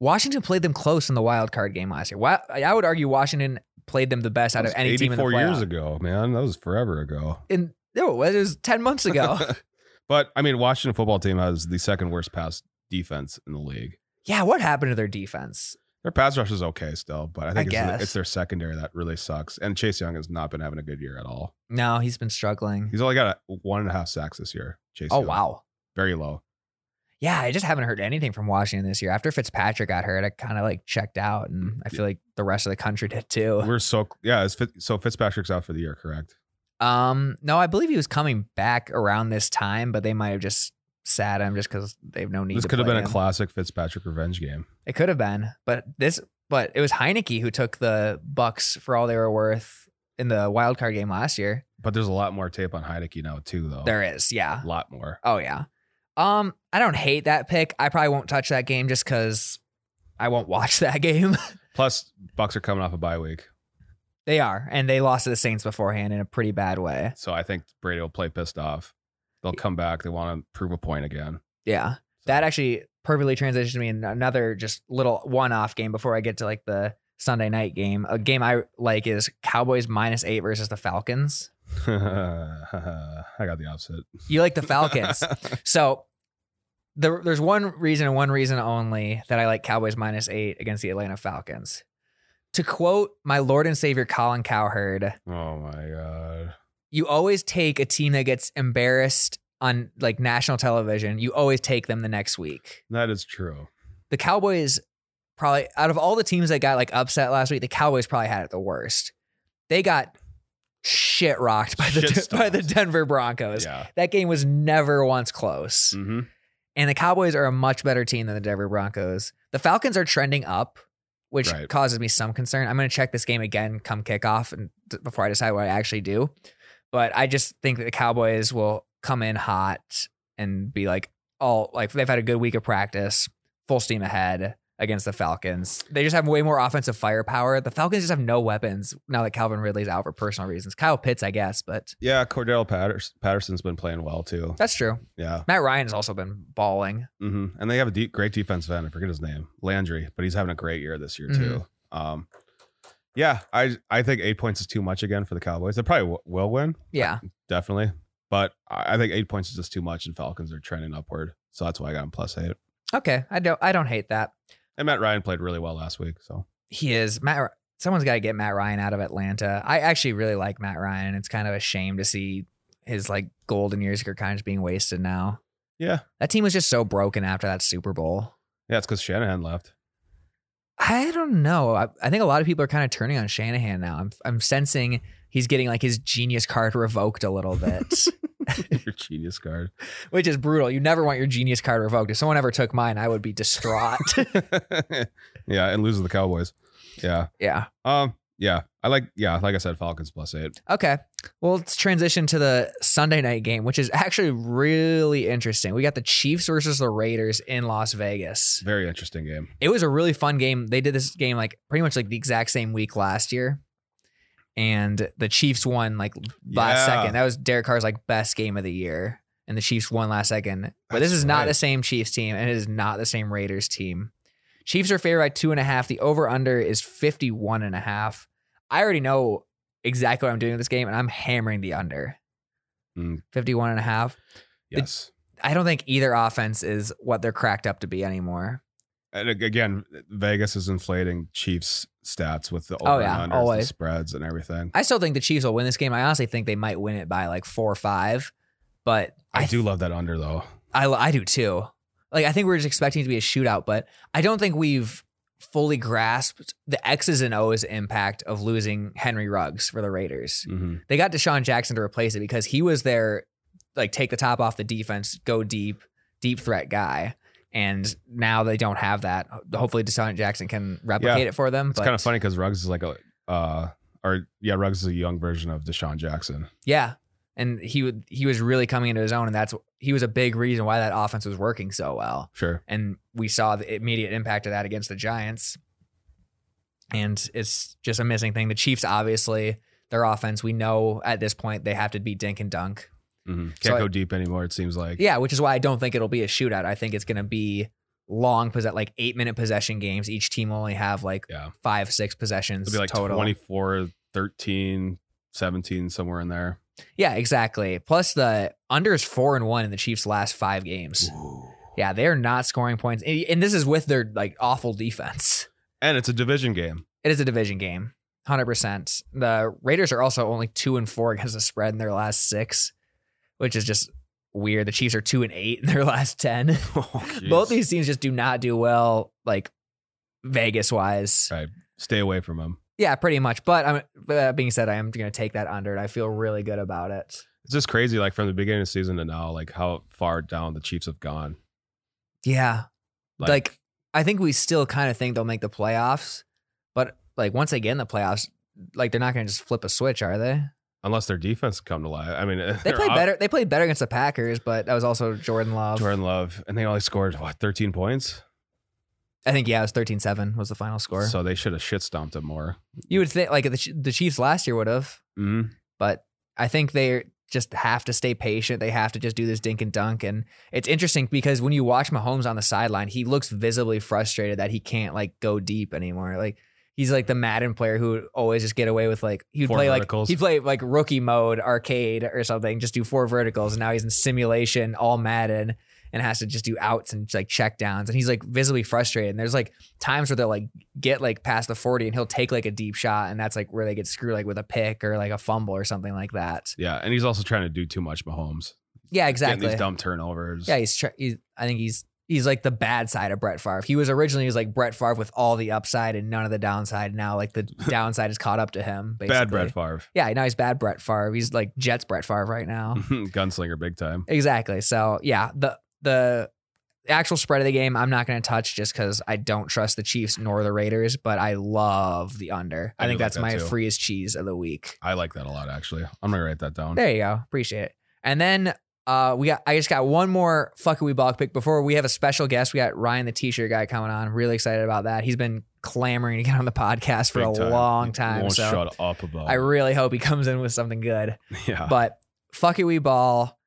S1: Washington played them close in the wild card game last year. Wa- I would argue Washington played them the best out of
S2: That was
S1: any team in the
S2: 84
S1: playoff.
S2: years ago, man. That was forever ago.
S1: And there it was. It was ten months ago.
S2: but I mean, Washington football team has the second worst pass defense in the league.
S1: yeah, what happened to their defense?
S2: Their pass rush is okay still, but I think it's,
S1: guess.
S2: it's their secondary that really sucks. And Chase Young has not been having a good year at all.
S1: No, he's been struggling.
S2: He's only got a one and a half sacks this year. Chase.
S1: oh
S2: Young.
S1: wow.
S2: very low.
S1: Yeah, I just haven't heard anything from Washington this year. After Fitzpatrick got hurt, I kind of like checked out, and I feel like the rest of the country did too.
S2: We're so yeah. It's, Fitz- so Fitzpatrick's out for the year, correct?
S1: Um, no, I believe he was coming back around this time, but they might have just sat him just because they have no need.
S2: this
S1: to
S2: could have
S1: play
S2: been a
S1: him.
S2: classic Fitzpatrick revenge game.
S1: It could have been, but this, but it was Heineke who took the Bucks for all they were worth in the wild card game last year.
S2: But there's a lot more tape on Heineke now too, though.
S1: There is, yeah,
S2: a lot more.
S1: oh yeah. Um, I don't hate that pick. I probably won't touch that game just because I won't watch that game.
S2: Plus, Bucks are coming off a bye week,
S1: they are, and they lost to the Saints beforehand in a pretty bad way.
S2: so I think Brady will play pissed off. They'll come back. They want to prove a point again.
S1: Yeah. That actually perfectly transitions me in another just little one-off game before I get to like the Sunday night game. A game I like is Cowboys minus eight versus the Falcons.
S2: I got the opposite.
S1: You like the Falcons. so there, there's one reason and one reason only that I like Cowboys minus eight against the Atlanta Falcons. To quote my Lord and Savior Colin Cowherd,
S2: oh my god.
S1: you always take a team that gets embarrassed on like national television, you always take them the next week.
S2: That is true.
S1: the Cowboys probably out of all the teams that got like upset last week, the Cowboys probably had it the worst. They got shit rocked by the
S2: Shit
S1: by the
S2: stomped.
S1: Denver Broncos.
S2: Yeah.
S1: That game was never once close.
S2: Mm-hmm.
S1: And the Cowboys are a much better team than the Denver Broncos. The Falcons are trending up, which
S2: Right.
S1: causes me some concern. I'm going to check this game again come kickoff and d- before I decide what I actually do. But I just think that the Cowboys will come in hot and be like, all like they've had a good week of practice, full steam ahead against the Falcons. They just have way more offensive firepower. The Falcons just have no weapons now that Calvin Ridley's out for personal reasons. Kyle Pitts, I guess, but
S2: Yeah, Cordell Patters- Patterson's been playing well too.
S1: that's true.
S2: Yeah,
S1: Matt Ryan's also been balling.
S2: hmm and they have a deep, great defensive end. I forget his name, Landry, but he's having a great year this year too. Um, yeah, I I think eight points is too much again for the Cowboys. They probably w- will win,
S1: Yeah.
S2: definitely, but I I think eight points is just too much, and Falcons are trending upward, so that's why I got him plus eight.
S1: Okay. I don't I don't hate that.
S2: And Matt Ryan played really well last week, so
S1: he is Matt. Someone's got to get Matt Ryan out of Atlanta. I actually really like Matt Ryan. It's kind of a shame to see his like golden years are kind of just being wasted now.
S2: yeah,
S1: That team was just so broken after that Super Bowl.
S2: yeah, it's because Shanahan left.
S1: I don't know. I, I think a lot of people are kind of turning on Shanahan now. I'm I'm sensing he's getting like his genius card revoked a little bit,
S2: Your genius card.
S1: which is brutal. You never want your genius card revoked. If someone ever took mine, I would be distraught.
S2: yeah, and loses the Cowboys. Yeah.
S1: yeah.
S2: Um. Yeah. I like. Yeah. Like I said, Falcons plus eight.
S1: Okay. Well, let's transition to the Sunday night game, which is actually really interesting. We got the Chiefs versus the Raiders in Las Vegas.
S2: Very interesting game.
S1: It was a really fun game. They did this game like pretty much like the exact same week last year. And the Chiefs won like last
S2: Yeah.
S1: second. That was Derek Carr's like best game of the year. And the Chiefs won last second. But this
S2: That's
S1: is not
S2: right.
S1: the same Chiefs team and it is not the same Raiders team. Chiefs are favored by two and a half. The over under is 51 and a half. I already know exactly what I'm doing with this game and I'm hammering the under.
S2: Mm.
S1: 51 and a half.
S2: Yes.
S1: I don't think either offense is what they're cracked up to be anymore.
S2: and ag- again, Vegas is inflating Chiefs stats with the over
S1: Oh, yeah,
S2: and unders,
S1: always.
S2: the spreads, and everything.
S1: I still think the Chiefs will win this game. I honestly think they might win it by like four or five, but
S2: I,
S1: I,
S2: do love that under though.
S1: I, I do too. Like I think we we're just expecting it to be a shootout, but I don't think we've fully grasped the X's and O's impact of losing Henry Ruggs for the Raiders.
S2: Mhm.
S1: They got Deshaun Jackson to replace it because he was their like take the top off the defense, go deep, deep threat guy. And now they don't have that. Hopefully Deshaun Jackson can replicate it for them.
S2: It's
S1: but-
S2: kind of funny because Ruggs is like a, uh, or yeah, Ruggs is a young version of Deshaun Jackson.
S1: Yeah. And he would he was really coming into his own, and that's he was a big reason why that offense was working so well.
S2: Sure.
S1: And we saw the immediate impact of that against the Giants. And it's just a missing thing. The Chiefs, obviously, their offense, we know at this point they have to be dink and dunk.
S2: Mhm. Can't
S1: So I-
S2: go deep anymore. It seems like.
S1: Yeah, which is why I don't think it'll be a shootout. I think it's gonna be long possess like eight minute possession games. Each team will only have like
S2: Yeah.
S1: five, six possessions
S2: It'll be like
S1: total.
S2: 24, 13, 17, somewhere in there.
S1: Yeah, exactly. Plus the under is four and one in the Chiefs' last five games. Yeah, they're not scoring points, and and this is with their like awful defense.
S2: And it's a division game.
S1: It is a division game, hundred percent. The Raiders are also only two and four against the spread in their last six, which is just weird. The Chiefs are two and eight in their last ten. Both these teams just do not do well, like Vegas wise.
S2: Right. Stay away from them.
S1: Yeah, pretty much. But I'm, but that being said, I am going to take that under, and I feel really good about it.
S2: It's just crazy, like from the beginning of the season to now, like how far down the Chiefs have gone.
S1: Yeah, like, I think we still kind of think they'll make the playoffs, but like once again, the playoffs, like they're not going to just flip a switch, are they?
S2: unless their defense come to life. I mean,
S1: They
S2: they're
S1: played
S2: out-
S1: better. They played better against the Packers, but that was also Jordan Love.
S2: Jordan Love, and they only scored what thirteen points.
S1: I think yeah, it was 13-7 was the final score.
S2: So they should have shit stomped them more.
S1: you would think like the, Ch- the Chiefs last year would have,
S2: Mm-hmm.
S1: but I think they just have to stay patient. They have to just do this dink and dunk. And it's interesting because when you watch Mahomes on the sideline, he looks visibly frustrated that he can't like go deep anymore. Like he's like the Madden player who would always just get away with like he would
S2: Four
S1: play like
S2: verticals.
S1: he'd play like rookie mode arcade or something, just do four verticals, and now he's in simulation all Madden and has to just do outs and like check downs. And he's like visibly frustrated. And there's like times where they'll like get like past the 40 and he'll take like a deep shot and that's like where they get screwed like with a pick or like a fumble or something like that.
S2: Yeah, and he's also trying to do too much, Mahomes.
S1: Yeah,
S2: Getting
S1: exactly.
S2: these dumb turnovers.
S1: Yeah, he's, tr- he's. I think he's he's like the bad side of Brett Favre. He was originally he was like Brett Favre with all the upside and none of the downside. Now like the downside is caught up to him. Basically.
S2: bad Brett Favre,
S1: Yeah, now he's bad Brett Favre. He's like Jets Brett Favre right now.
S2: gunslinger, big time.
S1: exactly. So yeah, the the actual spread of the game I'm not going to touch just because I don't trust the Chiefs nor the Raiders, but I love the under. I,
S2: I do
S1: think
S2: like
S1: that's
S2: that
S1: my
S2: too.
S1: free as cheese of the week.
S2: I like that a lot, actually. I'm gonna write that down.
S1: There you go. Appreciate it. And then uh, we got. I just got one more fuck it we balk pick before we have a special guest. We got Ryan, the T-shirt guy, coming on. Really excited about that. He's been clamoring to get on the podcast for
S2: Big
S1: a
S2: time.
S1: long
S2: He
S1: time.
S2: Won't
S1: So
S2: shut up about.
S1: I really hope he comes in with something good.
S2: it. yeah.
S1: But fuck it we ball.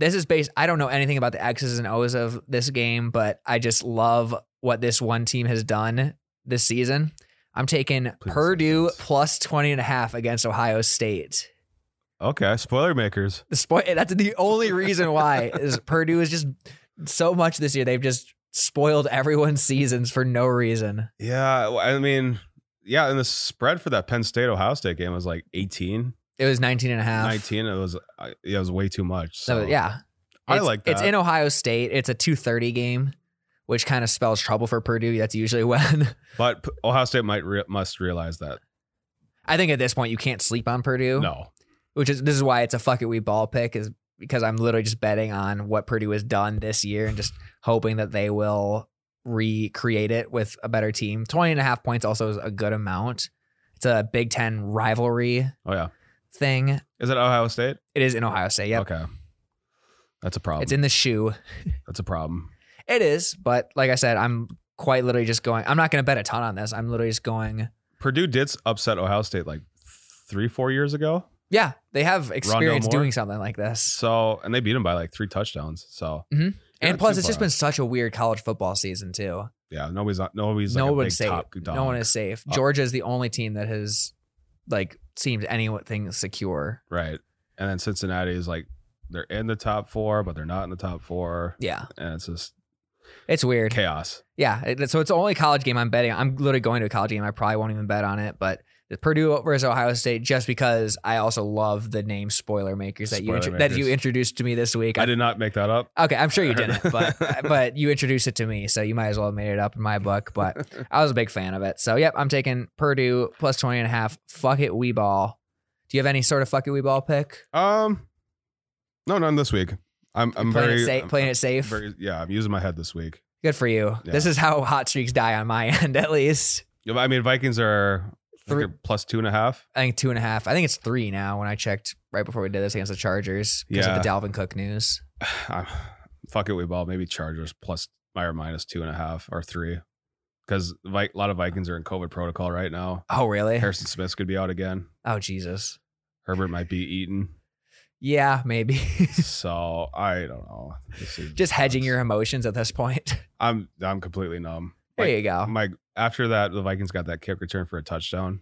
S1: This is based. I don't know anything about the X's and O's of this game, but I just love what this one team has done this season. I'm taking
S2: Please
S1: Purdue
S2: say yes.
S1: plus 20 and a half against Ohio State.
S2: okay, spoiler makers.
S1: The spoil that's the only reason why is Purdue is just so much this year. They've just spoiled everyone's seasons for no reason.
S2: Yeah, well, I mean, yeah, and the spread for that Penn State Ohio State game was like 18,
S1: It was 19 and a half.
S2: 19. It was, I- it was way too much.
S1: So
S2: So
S1: yeah.
S2: I
S1: It's-
S2: like
S1: It's
S2: that.
S1: in Ohio State. It's a 230 game, which kind of spells trouble for Purdue. That's usually when
S2: But P- Ohio State might re- must realize that.
S1: I think at this point you can't sleep on Purdue.
S2: No,
S1: Which is this is why it's a fuck it we ball pick is because I'm literally just betting on what Purdue has done this year and just hoping that they will recreate it with a better team. 20 and a half points also is a good amount. It's a Big Ten rivalry
S2: oh yeah,
S1: thing.
S2: is it Ohio State?
S1: It is in Ohio State. Yep.
S2: Okay, that's a problem.
S1: It's in the shoe.
S2: that's a problem.
S1: It is, but like I said, I'm quite literally just going, I'm not going to bet a ton on this. I'm literally just going,
S2: Purdue did upset Ohio State like three, four years ago.
S1: yeah, they have experience
S2: Moore?
S1: doing something like this.
S2: So and they beat them by like three touchdowns. So
S1: Mhm.
S2: You're
S1: and
S2: not
S1: plus,
S2: too
S1: it's just
S2: far
S1: been
S2: off.
S1: such a weird college football season too.
S2: yeah. Nobody's nobody's like
S1: no
S2: a
S1: one's
S2: big
S1: safe.
S2: top dog.
S1: No one is safe.
S2: Uh,
S1: Georgia is the only team that has like seemed anything secure.
S2: right. And then Cincinnati is like they're in the top four, but they're not in the top four,
S1: Yeah,
S2: and it's just
S1: It's weird.
S2: chaos.
S1: Yeah. it- so it's the only college game I'm betting. on. I'm literally going to a college game. I probably won't even bet on it, but the Purdue versus Ohio State, just because I also love the name spoiler makers that you
S2: Spoiler
S1: intro- that you
S2: Makers.
S1: introduced to me this week.
S2: I did not make that up.
S1: Okay, I'm sure you
S2: I heard
S1: didn't,
S2: it.
S1: but but you introduced it to me, so you might as well have made it up in my book. But I was a big fan of it. So yep, I'm taking Purdue plus 20 and a half. Fuck it, we ball. Do you have any sort of fuck it we ball pick?
S2: Um, no, none this week. I'm I'm
S1: playing
S2: very
S1: it safe
S2: I'm-
S1: playing it safe.
S2: very- yeah, I'm using my head this week.
S1: Good for you. This is how hot streaks die on my end, at least.
S2: Yeah, but I mean, Vikings are I think
S1: Three-
S2: they're plus two and a half.
S1: I think two and a half. I think it's three now when I checked right before we did this against the Chargers because of the Dalvin Cook news.
S2: I'm, fuck it, we ball. Maybe Chargers plus or minus two and a half or three, because Vi- a lot of Vikings are in COVID protocol right now.
S1: Oh, really?
S2: Harrison Smith could be out again.
S1: Oh, Jesus.
S2: Herbert might be eaten.
S1: Yeah, maybe.
S2: so I don't know. This is-
S1: Just hedging your emotions at this point.
S2: I'm I'm completely numb.
S1: There
S2: Like,
S1: you go.
S2: my after that, the Vikings got that kick return for a touchdown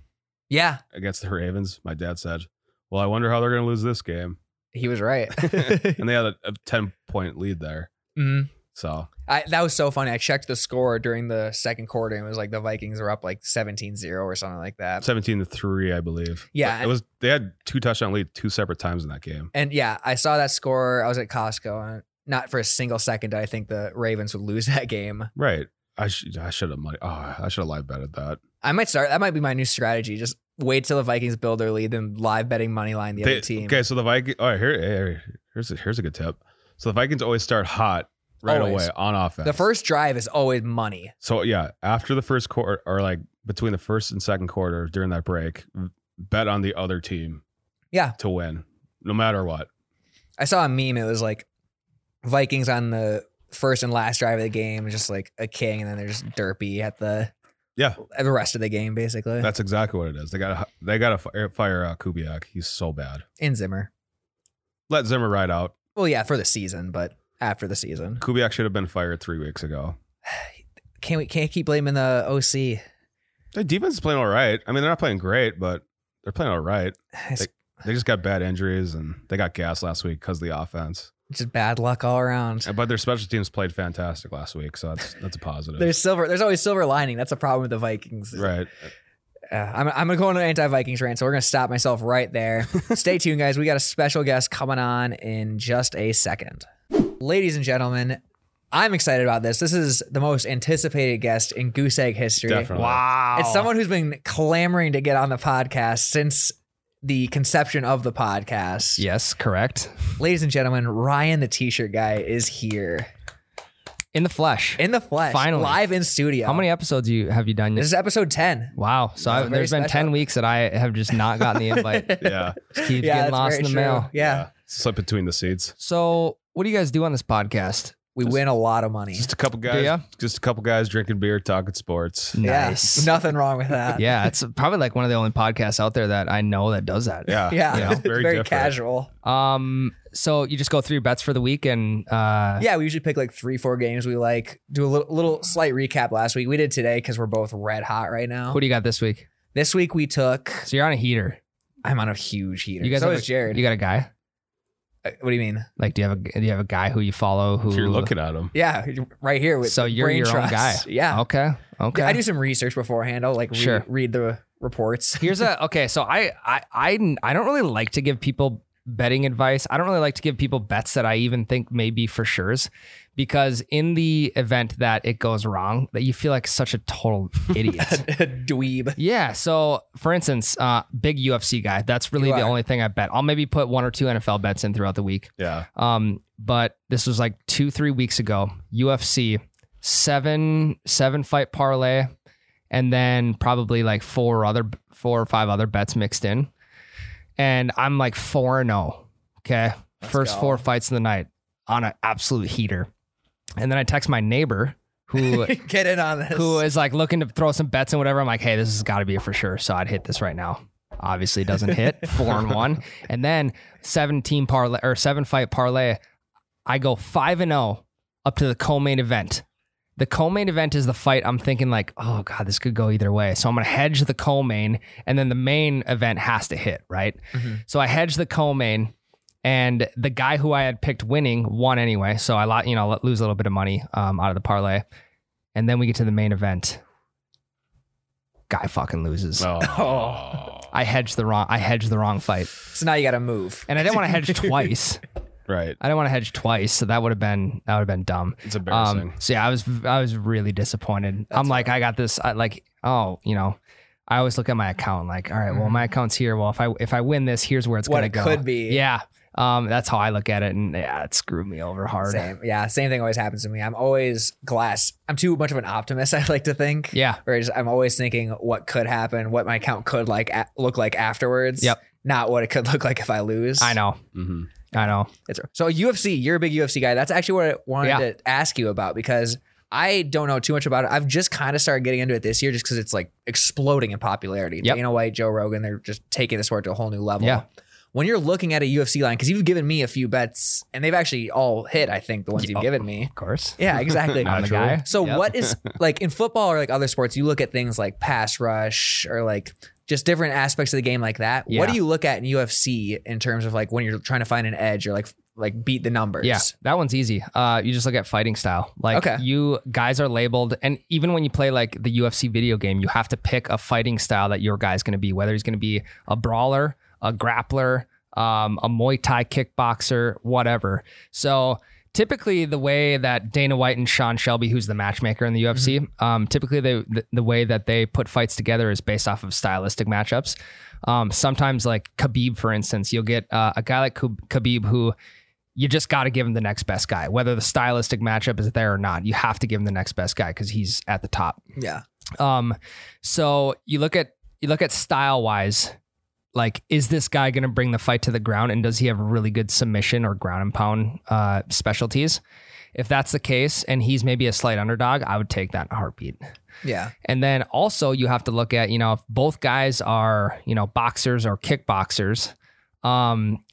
S1: Yeah,
S2: against the Ravens. My dad said, "Well, I wonder how they're going to lose this game."
S1: he was right. Mm-hmm.
S2: And they had a, a ten point lead there.
S1: Mhm.
S2: So
S1: I, that was so funny. I checked the score during the second quarter and it was like the Vikings were up like 17-0 or something like that.
S2: seventeen to three, I believe.
S1: Yeah,
S2: But it was. They had two touchdown lead two separate times in that game.
S1: And yeah, I saw that score. I was at Costco and not for a single second did I think the Ravens would lose that game.
S2: Right. I should I should have money. Oh, I should have live betted that.
S1: I might start that might be my new strategy. Just wait till the Vikings build their lead, then live betting money line the
S2: They-
S1: other team.
S2: Okay, so the Vikings. All right, here, here- here's a, here's a good tip. So the Vikings always start hot right
S1: Always.
S2: away on offense.
S1: The first drive is always money.
S2: So yeah, after the first quarter, or like between the first and second quarter during that break, bet on the other team.
S1: Yeah.
S2: To win, no matter what.
S1: I saw a meme. It was like Vikings on the first and last drive of the game, just like a king, and then they're just derpy at the
S2: Yeah.
S1: at the rest of the game, basically.
S2: That's exactly what it is. They got they got to fire, fire uh, Kubiak. He's so bad.
S1: in Zimmer.
S2: Let Zimmer ride out.
S1: Well, yeah, for the season, but after the season,
S2: Kubiak should have been fired three weeks ago.
S1: can't we can't keep blaming the OC?
S2: The defense is playing all right. I mean, they're not playing great, but they're playing all right.
S1: It's
S2: They just got bad injuries and they got gas last week because of the offense.
S1: just bad luck all around.
S2: But their special teams played fantastic last week, so that's that's a positive.
S1: There's silver. There's always silver lining. That's a problem with the Vikings.
S2: right.
S1: Uh, I'm, I'm gonna go on an anti-Vikings rant, so we're gonna stop myself right there. Stay tuned, guys. We got a special guest coming on in just a second. Ladies and gentlemen, I'm excited about this. This is the most anticipated guest in Goose Egg history.
S2: Definitely.
S3: Wow.
S1: It's someone who's been clamoring to get on the podcast since the conception of the podcast.
S3: Yes, correct.
S1: Ladies and gentlemen, Ryan the T-shirt guy is here
S3: In the flesh.
S1: in the flesh,
S3: Finally.
S1: live in studio.
S3: How many episodes you have you done?
S1: This is episode ten.
S3: wow. So
S1: This is
S3: I,
S1: very
S3: there's been
S1: special.
S3: ten weeks that I have just not gotten the invite.
S2: Yeah.
S3: Just keeps
S1: Yeah,
S3: getting
S1: that's
S3: lost
S1: very
S3: in the
S1: true.
S3: mail.
S1: Yeah.
S2: Uh, Slip between the seats.
S3: So what do you guys do on this podcast?
S1: we
S2: Just-
S1: win a lot of money.
S2: Just a couple guys.
S3: ya?
S2: Just a couple guys drinking beer, talking sports.
S1: Yeah,
S3: Nice.
S1: nothing wrong with that.
S3: Yeah, it's probably like one of the only podcasts out there that I know that does that.
S2: Yeah.
S1: yeah,
S3: Yeah.
S1: it's very,
S2: different.
S1: casual.
S3: Um. So you just go through your bets for the week and uh,
S1: Yeah, we usually pick like three, four games we like. Do a little, little slight recap last week. We did today because we're both red hot right now.
S3: what do you got this week?
S1: this week we took.
S3: So you're on a heater.
S1: I'm on a huge heater.
S3: You guys
S1: so
S3: have
S1: is
S3: a-
S1: Jared.
S3: You got a guy?
S1: Uh, what do you mean?
S3: Like, do you have a do you have a guy who you follow? Who
S2: You're looking at them.
S1: Yeah, right here. With
S3: So you're
S1: brain
S3: your own
S1: trust.
S3: guy.
S1: Yeah.
S3: Okay. Okay.
S1: I do some research beforehand. I'll like re-
S3: Sure.
S1: read the reports.
S3: Here's a okay. So I, I I I don't really like to give people betting advice. I don't really like to give people bets that I even think may be for sure's, because in the event that it goes wrong, that you feel like such a total idiot.
S1: Dweeb.
S3: yeah. So for instance, uh, big UFC guy. That's really
S1: You
S3: the
S1: are.
S3: only thing I bet. I'll maybe put one or two NFL bets in throughout the week.
S2: Yeah.
S3: Um, but this was like two, three weeks ago. UFC seven, seven fight parlay, and then probably like four other, four or five other bets mixed in. And I'm like four and zero. Okay,
S1: Let's
S3: first
S1: go.
S3: four fights of the night on an absolute heater. And then I text my neighbor who
S1: Get in on this.
S3: who is like looking to throw some bets and whatever. I'm like, hey, this has got to be a for sure. So I'd hit this right now. Obviously, it doesn't hit four and one, and then seventeen parlay or seven fight parlay. I go five and zero up to the co-main event. The co-main event is the fight. I'm thinking like, oh god, this could go either way. So I'm gonna hedge the co-main, and then the main event has to hit, right?
S1: Mhm.
S3: So I hedge the co-main, and the guy who I had picked winning won anyway. So I lot you know lo- lose a little bit of money um, out of the parlay, and then we get to the main event. Guy fucking loses.
S2: Oh.
S3: I hedged the wrong. I hedged the wrong fight,
S1: So now you got to move.
S3: and I didn't want to hedge twice.
S2: Right.
S3: I didn't want to hedge twice, so that would have been that would have been dumb. Um,
S2: It's embarrassing.
S3: so yeah, I was I was really disappointed. I'm like, I got this. I like, oh, you know, I always look at my account like, all right, well, my account's here. Well, if I if I win this, here's where it's
S1: Mm-hmm. What
S3: gonna
S1: it
S3: go.
S1: could be.
S3: Yeah, um, that's how I look at it, and yeah, it screwed me over hard.
S1: Same. Yeah. Same thing always happens to me. I'm always glass. I'm too much of an optimist. I like to think.
S3: Yeah,
S1: Whereas I'm always thinking what could happen, what my account could like a- look like afterwards.
S3: Yep.
S1: Not what it could look like if I lose.
S3: I know,
S2: Mm-hmm.
S3: I know.
S1: It's, so UFC, you're a big UFC guy. That's actually what I wanted
S3: Yeah.
S1: to ask you about because I don't know too much about it. I've just kind of started getting into it this year just because it's like exploding in popularity.
S3: Yep.
S1: Dana White, Joe Rogan, they're just taking the sport to a whole new level.
S3: Yeah.
S1: When you're looking at a UFC line, because you've given me a few bets and they've actually all hit, I think, the ones you've
S3: Yeah.
S1: given me.
S3: Of course,
S1: Yeah, exactly.
S3: I'm the
S2: Natural.
S3: guy.
S1: So
S3: Yep.
S1: what is like in football or like other sports, you look at things like pass rush or like just different aspects of the game like that. What
S3: Yeah.
S1: do you look at in UFC in terms of like when you're trying to find an edge or like like beat the numbers?
S3: Yeah, that one's easy. Uh, you just look at fighting style. Like
S1: Okay.
S3: you guys are labeled, and even when you play like the UFC video game, you have to pick a fighting style that your guy's going to be. Whether he's going to be a brawler, a grappler, um, a Muay Thai kickboxer, whatever. So typically, the way that Dana White and Sean Shelby, who's the matchmaker in the UFC,
S1: Mm-hmm.
S3: um, typically they, the the way that they put fights together is based off of stylistic matchups. Um, sometimes, like Khabib, for instance, you'll get uh, a guy like Khab- Khabib who you just got to give him the next best guy, whether the stylistic matchup is there or not. You have to give him the next best guy because he's at the top.
S1: Yeah.
S3: Um, so you look at you look at style wise, like is this guy going to bring the fight to the ground, and does he have really good submission or ground and pound uh, specialties? If that's the case, and he's maybe a slight underdog, I would take that in a heartbeat.
S1: Yeah.
S3: And then also you have to look at, you know, if both guys are, you know, boxers or kickboxers, um,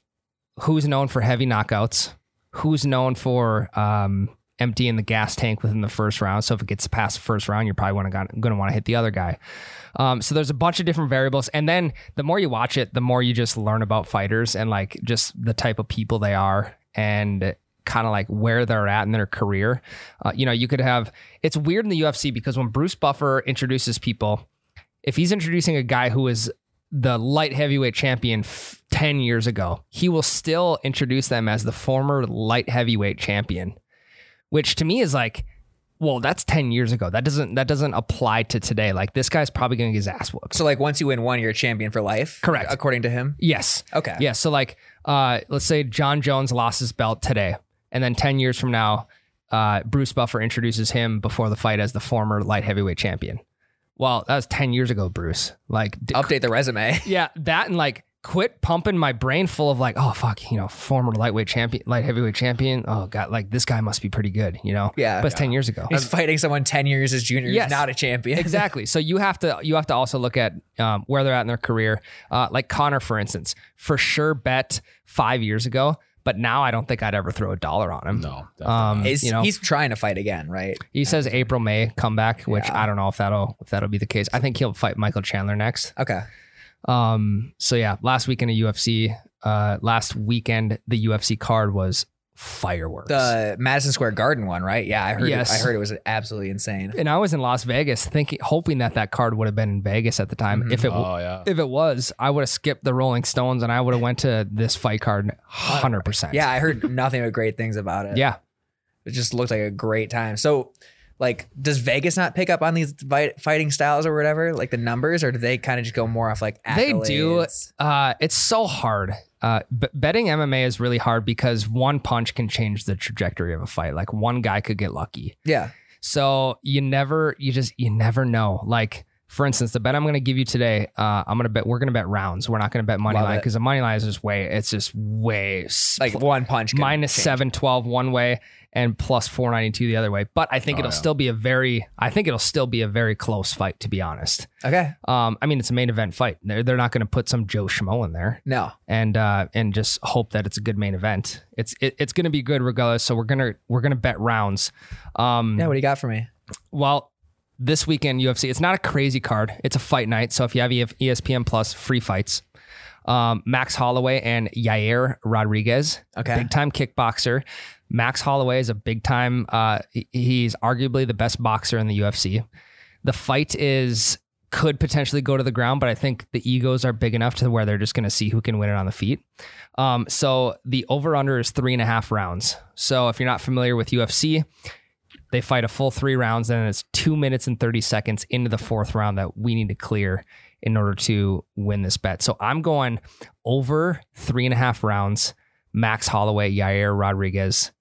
S3: who's known for heavy knockouts, who's known for um, emptying the gas tank within the first round. So if it gets past the first round, you're probably wanna, gon- gonna want to hit the other guy. Um, so there's a bunch of different variables. And then the more you watch it, the more you just learn about fighters and like just the type of people they are and kind of like where they're at in their career. Uh, you know, you could have it's weird in the UFC because when Bruce Buffer introduces people, if he's introducing a guy who is the light heavyweight champion f- 10 years ago, he will still introduce them as the former light heavyweight champion, which to me is like, well, that's 10 years ago. That doesn't that doesn't apply to today. Like this guy's probably going to get his ass whooped.
S1: So like once you win one, you're a champion for life.
S3: Correct.
S1: According to him.
S3: Yes.
S1: Okay.
S3: Yeah. So like, uh, let's say John Jones lost his belt today, and then ten years from now, uh, Bruce Buffer introduces him before the fight as the former light heavyweight champion. Well, that was ten years ago, Bruce. Like, d-
S1: Update the resume.
S3: yeah, that and like quit pumping my brain full of like, oh fuck, you know, former lightweight champion, light heavyweight champion. Oh god, like this guy must be pretty good, you know.
S1: Yeah.
S3: But it's ten years ago.
S1: He's fighting someone ten years his junior.
S3: Yes.
S1: He's not a champion.
S3: exactly. So you have to you have to also look at um, where they're at in their career. Uh, like Connor, for instance, for sure bet five years ago, but now I don't think I'd ever throw a dollar on him.
S2: No. definitely
S3: Um,
S2: not.
S1: He's,
S3: you know,
S1: he's trying to fight again, right?
S3: he says April May comeback, which
S1: Yeah.
S3: I don't know if that'll if that'll be the case. I think he'll fight Michael Chandler next.
S1: Okay.
S3: Um, so yeah, last weekend at UFC, uh, last weekend the UFC card was fireworks.
S1: The Madison Square Garden one, right? Yeah, I heard.
S3: Yes.
S1: It, I heard it was absolutely insane.
S3: and I was in Las Vegas, thinking, hoping that that card would have been in Vegas at the time.
S1: Mhm.
S3: If it
S2: oh yeah.
S3: if it was, I would have skipped the Rolling Stones and I would have went to this fight card 100%.
S1: Yeah, I heard nothing but great things about it.
S3: Yeah.
S1: It just looked like a great time. So, like, does Vegas not pick up on these vi- fighting styles or whatever, like the numbers, or do they kind of just go more off like
S3: They do.
S1: accolades?
S3: Uh, it's so hard. Uh, b- betting MMA is really hard because one punch can change the trajectory of a fight. Like one guy could get lucky.
S1: Yeah,
S3: So you never, you just, you never know. Like, for instance, the bet I'm going to give you today, uh, I'm going to bet, we're going to bet rounds. We're not going to bet money
S1: Love
S3: line
S1: it.
S3: because the money line is just way, it's just way s-
S1: like one punch could
S3: minus
S1: change.
S3: 712 one way and plus 492 the other way but i think
S2: Oh,
S3: it'll
S2: yeah.
S3: still be a very i think it'll still be a very close fight to be honest
S1: Okay,
S3: um i mean it's a main event fight they're, they're not going to put some joe schmo in there
S1: no,
S3: and uh and just hope that it's a good main event it's it, it's going to be good regardless so we're gonna we're gonna bet rounds um
S1: yeah. What do you got for me?
S3: well this E weekend ufc it's not a crazy card it's a fight night so if you have ESPN plus free fights um, Max Holloway and Yair Rodriguez,
S1: Okay.
S3: big time kickboxer. Max Holloway is a big time. Uh, he- he's arguably the best boxer in the UFC. The fight is could potentially go to the ground, but I think the egos are big enough to where they're just going to see who can win it on the feet. Um, so the over under is three and a half rounds. So if you're not familiar with UFC, they fight a full three rounds, and it's two minutes and 30 seconds into the fourth round that we need to clear in order to win this bet. So I'm going over three and a half rounds, Max Holloway, Yair Rodriguez,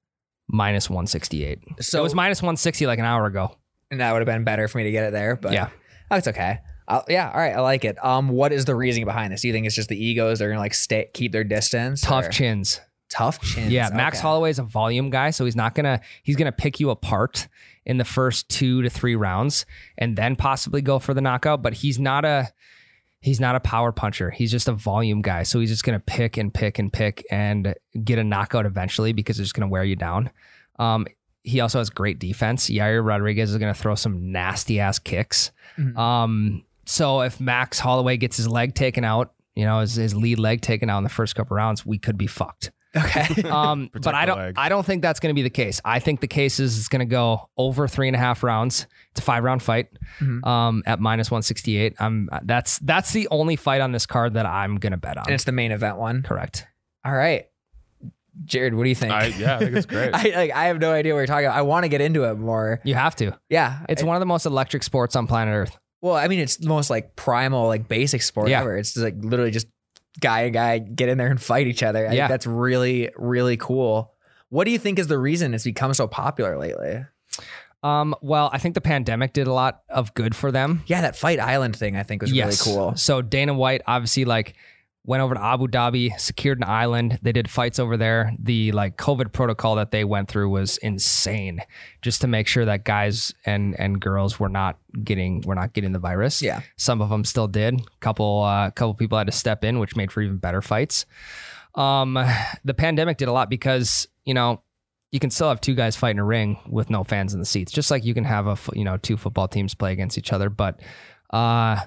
S3: minus 168. So it
S1: So
S3: was minus 160 like an hour ago.
S1: and that would have been better for me to get it there, but
S3: yeah.
S1: that's okay. I'll, yeah, all right, I like it. Um, what is the reasoning behind this? Do you think it's just the egos? They're gonna like stay, keep their distance.
S3: Tough
S1: or-
S3: chins.
S1: tough chins.
S3: Yeah, Max
S1: okay.
S3: Holloway is a volume guy, so he's not gonna he's gonna pick you apart in the first two to three rounds, and then possibly go for the knockout. But he's not a he's not a power puncher. He's just a volume guy, so he's just gonna pick and pick and pick and get a knockout eventually because it's just gonna wear you down. Um, he also has great defense. Yair Rodriguez is gonna throw some nasty ass kicks.
S1: Mhm.
S3: Um, so if Max Holloway gets his leg taken out. You know, his, his lead leg taken out in the first couple rounds, we could be fucked.
S1: Okay.
S3: Um,
S2: Protect
S3: but I
S2: the
S3: don't.
S2: leg.
S3: I don't think that's going to be the case. I think the case is it's going to go over three and a half rounds. It's a five round fight.
S1: Mhm.
S3: Um, at minus one sixty eight. I'm. That's that's the only fight on this card that I'm going to bet on.
S1: and it's the main event one.
S3: correct.
S1: All right, Jared, what do you think?
S2: I, yeah, I think it's great.
S1: I like, I have no idea what you're talking about. I want to get into it more.
S3: You have to.
S1: Yeah,
S3: It's one of the most electric sports on planet Earth.
S1: Well, I mean, it's the most like primal, like basic sport
S3: Yeah.
S1: ever. It's just, like literally just guy and guy get in there and fight each other. I
S3: Yeah.
S1: think that's really, really cool. What do you think is the reason it's become so popular lately?
S3: Um, well, I think the pandemic did a lot of good for them.
S1: Yeah, that Fight Island thing I think was
S3: yes.
S1: really cool.
S3: So Dana White obviously like went over to Abu Dhabi, secured an island. They did fights over there. The like COVID protocol that they went through was insane, just to make sure that guys and and girls were not getting were not getting the virus.
S1: Yeah.
S3: Some of them still did. Couple uh, couple people had to step in, which made for even better fights. Um, the pandemic did a lot because you know you can still have two guys fight in a ring with no fans in the seats, just like you can have a fo- you know two football teams play against each other. But uh,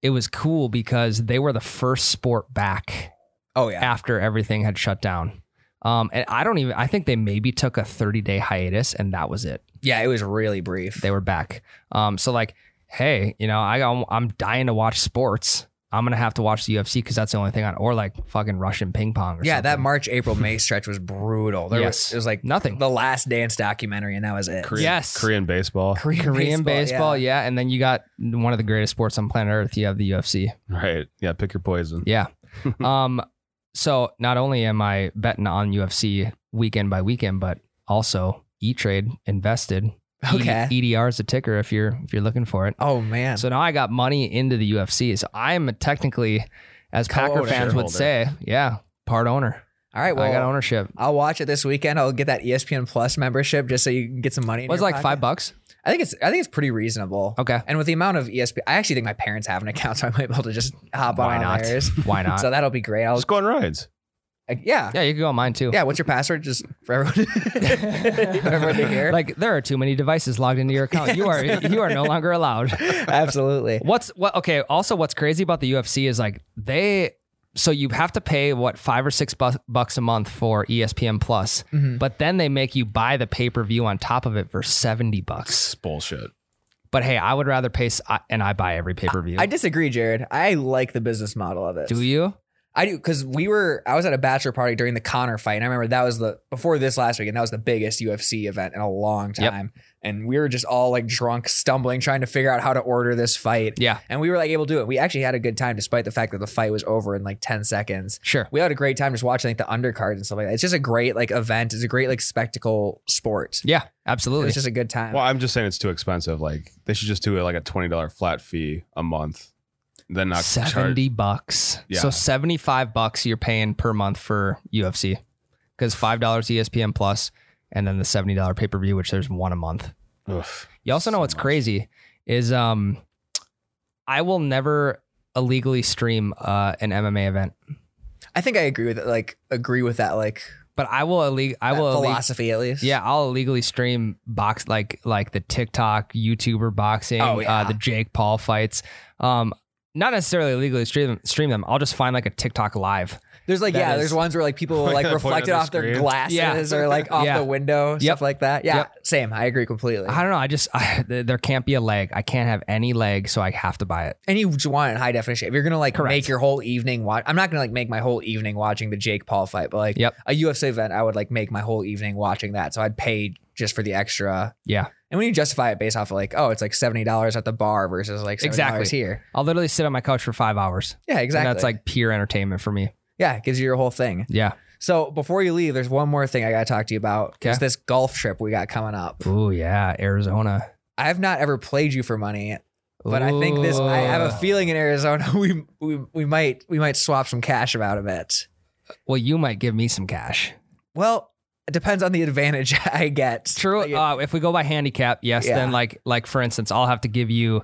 S3: it was cool because they were the first sport back
S1: Oh yeah.
S3: after everything had shut down. Um, and I don't even. I think they maybe took a thirty day hiatus, and that was it
S1: Yeah, it was really brief.
S3: they were back. Um, so like, hey, you know, I got, I'm dying to watch sports. I'm gonna have to watch the UFC because that's the only thing on, or like fucking Russian ping pong. Or
S1: yeah, that
S3: something.
S1: March, April, May stretch was brutal. There
S3: Yes.
S1: was it was like
S3: nothing.
S1: the last dance documentary and that was it.
S2: Korean,
S3: yes.
S2: Korean baseball.
S1: Korean,
S3: Korean baseball, yeah. and then you got one of the greatest sports on planet Earth. You have the UFC.
S2: Right. Yeah. Pick your poison.
S3: Yeah. um. So not only am I betting on UFC weekend by weekend, but also E Trade invested. E-
S1: Okay.
S3: EDR is a ticker if you're if you're looking for it.
S1: Oh man.
S3: So now I got money into the UFC. So I'm technically, as Packer
S1: Co-owner.
S3: fans
S2: Shareholder.
S3: would say, yeah, part owner.
S1: All right, well
S3: I got ownership.
S1: I'll watch it this weekend. I'll get that E ESPN Plus membership just so you can get some money. in
S3: Was it
S1: your
S3: like
S1: pocket.
S3: five bucks?
S1: I think it's I think it's pretty reasonable.
S3: Okay.
S1: And with the amount of ESP, I actually think my parents have an account, so I might be able to just hop
S3: Why
S1: on
S3: not?
S1: theirs.
S3: Why not?
S1: So that'll be great. I'll
S2: Let's go on rides.
S1: uh, yeah. yeah.
S3: yeah, you could go on mine too.
S1: What's your password? Just for everyone, for everyone to hear.
S3: Like there are too many devices logged into your account. You are you are no longer allowed.
S1: Absolutely.
S3: What's what? Okay. Also, what's crazy about the UFC is like they. So you have to pay what five or six bu- bucks a month for E ESPN Plus,
S1: Mhm.
S3: but then they make you buy the pay per view on top of it for seventy bucks.
S2: It's bullshit.
S3: But hey, I would rather pay, s- I- and I buy every pay per view.
S1: I disagree, Jared. I like the business model of it.
S3: Do you?
S1: I do because we were. I was at a bachelor party during the Connor fight, and I remember that was the before this last week, and that was the biggest UFC event in a long
S3: Yep.
S1: time. And we were just all like drunk, stumbling, trying to figure out how to order this fight.
S3: Yeah,
S1: And we were like able to do it. We actually had a good time, despite the fact that the fight was over in like ten seconds.
S3: sure.
S1: We had a great time just watching like the undercards and stuff like that. It's just a great like event. It's a great like spectacle sport.
S3: Yeah,
S1: It
S3: absolutely.
S1: was just a good time.
S2: Well, I'm just saying it's too expensive. Like they should just do it like a twenty dollar flat fee a month, then not charge.
S3: seventy bucks.
S2: Yeah.
S3: So seventy five bucks you're paying per month for UFC, because five dollars E ESPN Plus, and then the seventy dollar pay per view, which there's one a month.
S2: Oof.
S3: You also know
S2: So
S3: what's
S2: much.
S3: crazy is um, I will never illegally stream uh, an MMA event,
S1: I think I agree with it, like agree with that like
S3: but I will illeg- I
S1: that
S3: will illeg-
S1: philosophy at least.
S3: Yeah, I'll illegally stream box like like the TikTok YouTuber boxing,
S1: Oh, yeah.
S3: uh, the Jake Paul fights. Um, not necessarily illegally stream stream them. I'll just find like a TikTok live.
S1: There's like
S3: That
S1: yeah,
S3: is-
S1: there's ones where like people
S2: Point
S1: like
S2: at the
S1: reflected off their
S2: screen.
S1: glasses
S3: Yeah.
S1: or like off
S3: Yeah.
S1: the window
S3: Yep.
S1: stuff like that. Yeah,
S3: Yep.
S1: same. I agree completely.
S3: I don't know. I just I, th- there can't be a leg. I can't have any leg, so I have to buy it.
S1: and you j- want it in high definition. If you're gonna like
S3: Correct.
S1: make your whole evening watch, I'm not gonna like make my whole evening watching the Jake Paul fight, but like
S3: Yep.
S1: a UFC event, I would like make my whole evening watching that. So I'd pay just for the extra.
S3: Yeah,
S1: And when you justify it based off of like, oh, it's like seventy dollars at the bar versus like $70
S3: Exactly.
S1: here.
S3: I'll literally sit on my couch for five hours.
S1: Yeah, exactly.
S3: And that's like pure entertainment for me.
S1: yeah, it gives you your whole thing.
S3: Yeah.
S1: So before you leave, there's one more thing I gotta talk to you about.
S3: Okay.
S1: Is this golf trip we got coming up?
S3: Ooh yeah, Arizona. I've
S1: I've not ever played you for money, but I think this. I have a feeling in Arizona we we we might we might swap some cash about a bit.
S3: Well, you might give me some cash.
S1: Well, it depends on the advantage I get.
S3: True.
S1: Like,
S3: Uh, if we go by handicap, yes.
S1: Yeah.
S3: Then like like for instance, I'll have to give you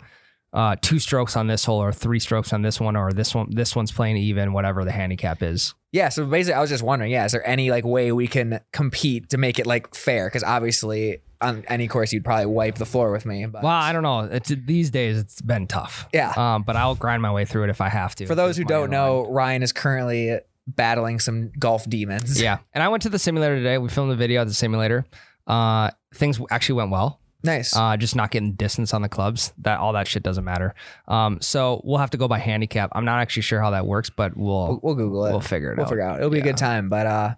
S3: uh, two strokes on this hole, or three strokes on this one, or this one. This one's playing even, whatever the handicap is.
S1: yeah. So basically, I was just wondering. Yeah, is there any like way we can compete to make it like fair? Because obviously, on any course, you'd probably wipe the floor with me. But
S3: Well, I don't know. It's these days it's been tough.
S1: Yeah.
S3: Um, but I'll grind my way through it if I have to.
S1: for those who
S3: There's
S1: don't
S3: money on the line.
S1: know, Ryan is currently battling some golf demons.
S3: Yeah. And I went to the simulator today. We filmed the video at the simulator. Uh, things actually went well.
S1: Nice.
S3: Uh, just not getting distance on the clubs. That all that shit doesn't matter. Um, so we'll have to go by handicap. I'm not actually sure how that works, but
S1: we'll,
S3: we'll
S1: we'll Google it.
S3: we'll figure it
S1: We'll
S3: out.
S1: figure out. It'll be a
S3: Yeah.
S1: good time. But uh,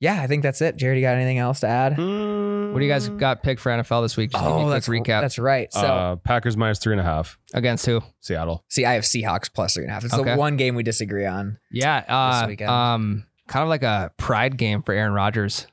S1: yeah, I think that's it. Jared, you got anything else to add?
S3: What do
S2: Mm.
S3: you guys got picked for NFL this week? Hmm. Just give me a quick
S1: Oh, that's
S3: recap
S1: That's right. So
S2: uh, Packers minus three and a half.
S3: against who?
S2: Seattle.
S1: see, I have Seahawks plus three and a half. It's
S3: Okay.
S1: the one game we disagree on.
S3: Yeah,
S1: This
S3: uh,
S1: weekend.
S3: um, kind of like a pride game for Aaron Rodgers.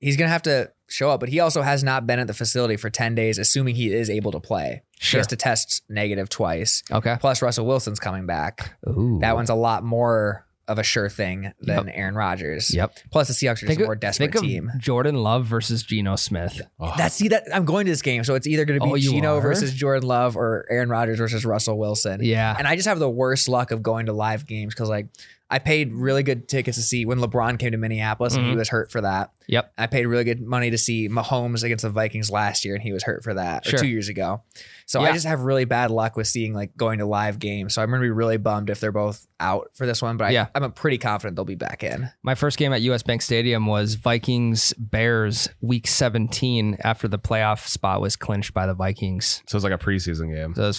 S1: He's gonna have to show up, but he also has not been at the facility for ten days, assuming he is able to play. He
S3: Sure.
S1: has to test negative twice.
S3: Okay.
S1: Plus, Russell Wilson's coming back.
S3: Ooh.
S1: That one's a lot more of a sure thing than Aaron Rodgers.
S3: Yep.
S1: Plus, the Seahawks are just
S3: Think
S1: a
S3: of-
S1: more desperate
S3: think of
S1: team.
S3: Jordan Love versus Geno Smith.
S2: Oh,
S1: That's see that I'm going to this game, so it's either going to be
S3: Oh, you
S1: Gino
S3: are?
S1: versus Jordan Love or Aaron Rodgers versus Russell Wilson.
S3: Yeah.
S1: And I just have the worst luck of going to live games because like I paid really good tickets to see when LeBron came to Minneapolis and he
S3: Mhm.
S1: was hurt for that.
S3: Yep.
S1: I paid really good money to see Mahomes against the Vikings last year and he was hurt for that or
S3: Sure.
S1: two years ago. So I
S3: Yeah.
S1: just have really bad luck with seeing like going to live games. So I'm gonna be really bummed if they're both out for this one, but I,
S3: Yeah.
S1: I'm pretty confident they'll be back in.
S3: My first game at US Bank Stadium was Vikings Bears week 17 after the playoff spot was clinched by the Vikings.
S2: so it's like a preseason game.
S3: So it was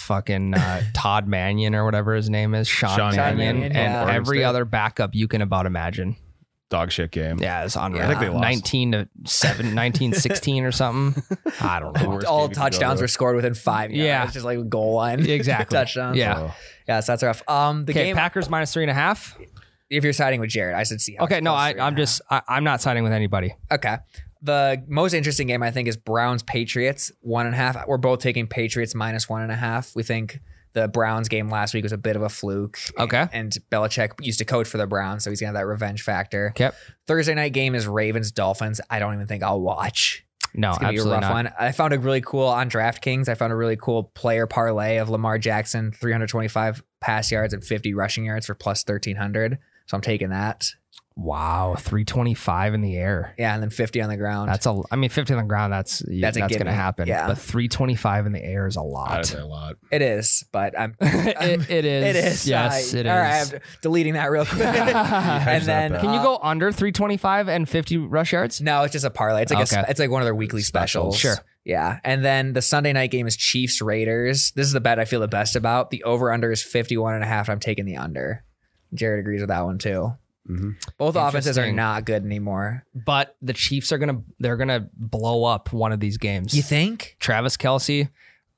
S3: fucking uh, Todd Mannion or whatever his name is, Sean,
S2: Sean
S3: Mannion,
S1: Mannion,
S3: and
S1: yeah.
S2: Oregon
S3: every
S2: State.
S3: other backup you can about imagine.
S2: Dog shit game.
S3: Yeah, it's unreal.
S1: I think
S2: they lost.
S3: 19 to 7, 19 16 or something. I don't know.
S2: Worst
S1: All
S2: game you could go
S1: touchdowns
S2: to.
S1: were scored within five yards.
S3: Yeah.
S1: Just like goal line.
S3: Exactly.
S1: touchdowns.
S3: Yeah.
S2: So,
S1: Yeah, so that's rough. Um, the
S3: okay,
S1: game.
S3: Packers minus three and a half.
S1: if you're siding with Jared, I should see.
S3: Okay, no, I, I'm just, I, I'm not siding with anybody.
S1: okay. The most interesting game I think is Browns Patriots one and a half. We're both taking Patriots minus one and a half. We think the Browns game last week was a bit of a fluke.
S3: Okay.
S1: and, Belichick used to coach for the Browns, so he's gonna have that revenge factor.
S3: Okay.
S1: Thursday night game is Ravens Dolphins. I don't even think I'll watch.
S3: No,
S1: It's gonna be a
S3: absolutely
S1: rough
S3: not.
S1: one. I found a really cool on DraftKings. I found a really cool player parlay of Lamar Jackson, 325 pass yards and 50 rushing yards for plus 1300. So I'm taking that.
S3: Wow, 325 in the air.
S1: Yeah, and then 50 on the ground.
S3: That's a. I mean, 50 on the ground. That's
S1: That's
S3: that's,
S1: a
S3: going to
S1: given.
S3: happen.
S1: Yeah.
S3: But 325 in the air is a
S2: I would
S3: lot.
S2: say a lot.
S1: it is, but I'm.
S3: it, it is.
S1: it is.
S3: Yes,
S1: I,
S3: it
S1: all right,
S3: is.
S1: I'm deleting that real quick. Uh, and
S2: Hedge that
S1: then
S2: bet.
S3: Can you go under 325 and 50 rush yards?
S1: No, it's just a parlay. It's like a,
S3: Okay.
S1: sp- it's like one of their weekly specials.
S2: Specials.
S3: Sure.
S1: Yeah, and then the Sunday night game is Chiefs Raiders. This is the bet I feel the best about. The over under is 51 and a half. I'm taking the under. Jared agrees with that one too.
S2: Mhm.
S1: Both offenses are
S3: Interesting.
S1: not good anymore.
S3: But the Chiefs are going to they're going to blow up one of these games.
S1: You think?
S3: Travis Kelsey,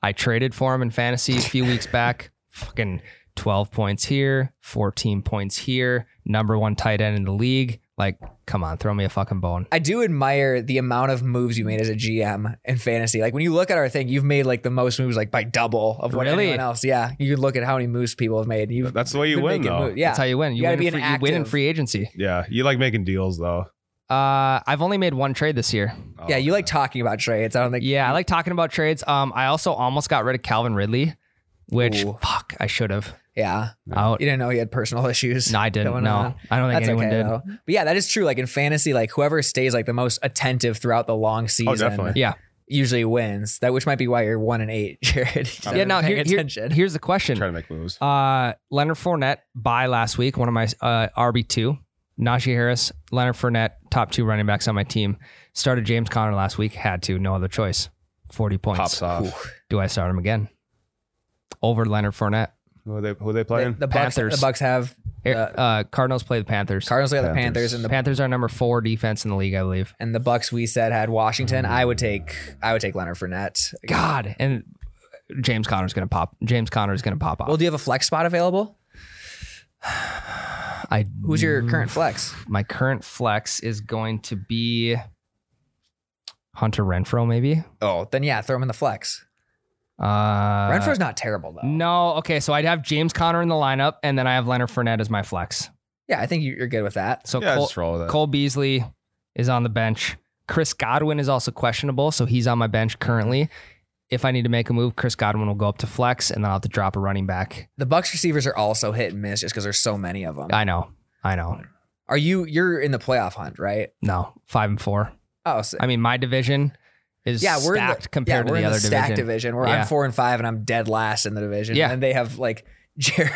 S3: I traded for him in fantasy a few weeks back. Fucking 12 points here, 14 points here. Number one tight end in the league. Like, come on, throw me a fucking bone.
S1: I do admire the amount of moves you made as a GM in fantasy. Like when you look at our thing, you've made like the most moves, like by double of what
S3: Really?
S1: anyone else. Yeah, you could look at how many moves people have made. You've
S2: That's the way you
S1: been
S2: win,
S1: making
S2: though.
S1: moves. Yeah,
S3: That's how you win. You,
S1: You gotta
S3: win,
S1: be
S3: in
S1: an
S3: free, you win in
S1: active-
S3: free agency.
S2: Yeah, you like making deals though.
S3: Uh, I've only made one trade this year.
S2: Oh,
S1: yeah. You like talking about trades. I don't think.
S3: Yeah, I like talking about trades. Um, I also almost got rid of Calvin Ridley, which
S1: Ooh.
S3: fuck, I should have.
S1: Yeah.
S3: Out.
S1: You didn't know he had personal issues.
S3: No, I didn't.
S1: going
S3: No,
S1: on.
S3: I don't think
S1: That's
S3: anyone
S1: okay
S3: did.
S1: though.
S3: Oh,
S1: But yeah, that is true. Like in fantasy, like whoever stays like the most attentive throughout the long season
S2: definitely.
S3: Yeah,
S1: usually wins. That which might be why you're one and eight, Jared.
S2: Yeah,
S3: Yeah,
S1: yeah,
S3: now
S1: not
S3: here,
S1: paying
S3: here-
S1: attention.
S3: here's the question.
S2: Trying to make
S1: Oh,
S2: moves.
S3: Uh, Leonard Fournette by last week, one of my uh, RB two. Najee Harris, Leonard Fournette, top two running backs on my team. Started James Conner last week. Had to, no other choice. Forty points.
S2: Pops off.
S3: Do I start him again? Over Leonard Fournette.
S2: Who are they? Who are they
S1: the,
S2: playing?
S1: the Bucks.
S3: Panthers.
S1: The Bucks have
S3: Eh,
S1: Uh,
S3: uh, Cardinals play the Panthers.
S1: Cardinals got the Panthers
S2: Panthers.
S1: and
S3: the
S1: the
S3: Panthers are number four defense in the league, I believe.
S1: and the Bucks we said had Washington. I would take I would take Leonard Fournette.
S3: God, and James Conner's gonna pop. James Conner's gonna pop off.
S1: Well, do you have a flex spot available?
S3: I
S1: Who's your
S3: Mm.
S1: current flex?
S3: my current flex is going to be Hunter Renfro, maybe.
S1: Oh, then yeah, throw him in the flex.
S3: Uh,
S1: Renfro's not terrible though.
S3: No, okay. So I'd have James Conner in the lineup, and then I have Leonard Fournette as my flex.
S1: Yeah, I think you- you're good with that.
S3: So
S2: yeah,
S3: Cole,
S2: just roll with that.
S3: Cole Beasley is on the bench. Chris Godwin is also questionable, so he's on my bench currently. If I need to make a move, Chris Godwin will go up to flex, and then I'll have to drop a running back.
S1: The Bucks receivers are also hit and miss just because there's so many of them.
S3: I know, I know.
S1: Are you you're in the playoff hunt, right?
S3: No, five and four.
S1: Oh, so,
S3: I mean, my division is
S1: yeah, we're in
S3: stacked
S1: the,
S3: compared
S1: yeah, we're
S3: to the
S1: in
S3: other
S1: the stacked division.
S3: division.
S1: where
S3: Yeah.
S1: I'm four and five and I'm dead last in the division.
S3: Yeah.
S1: and they have like Jared.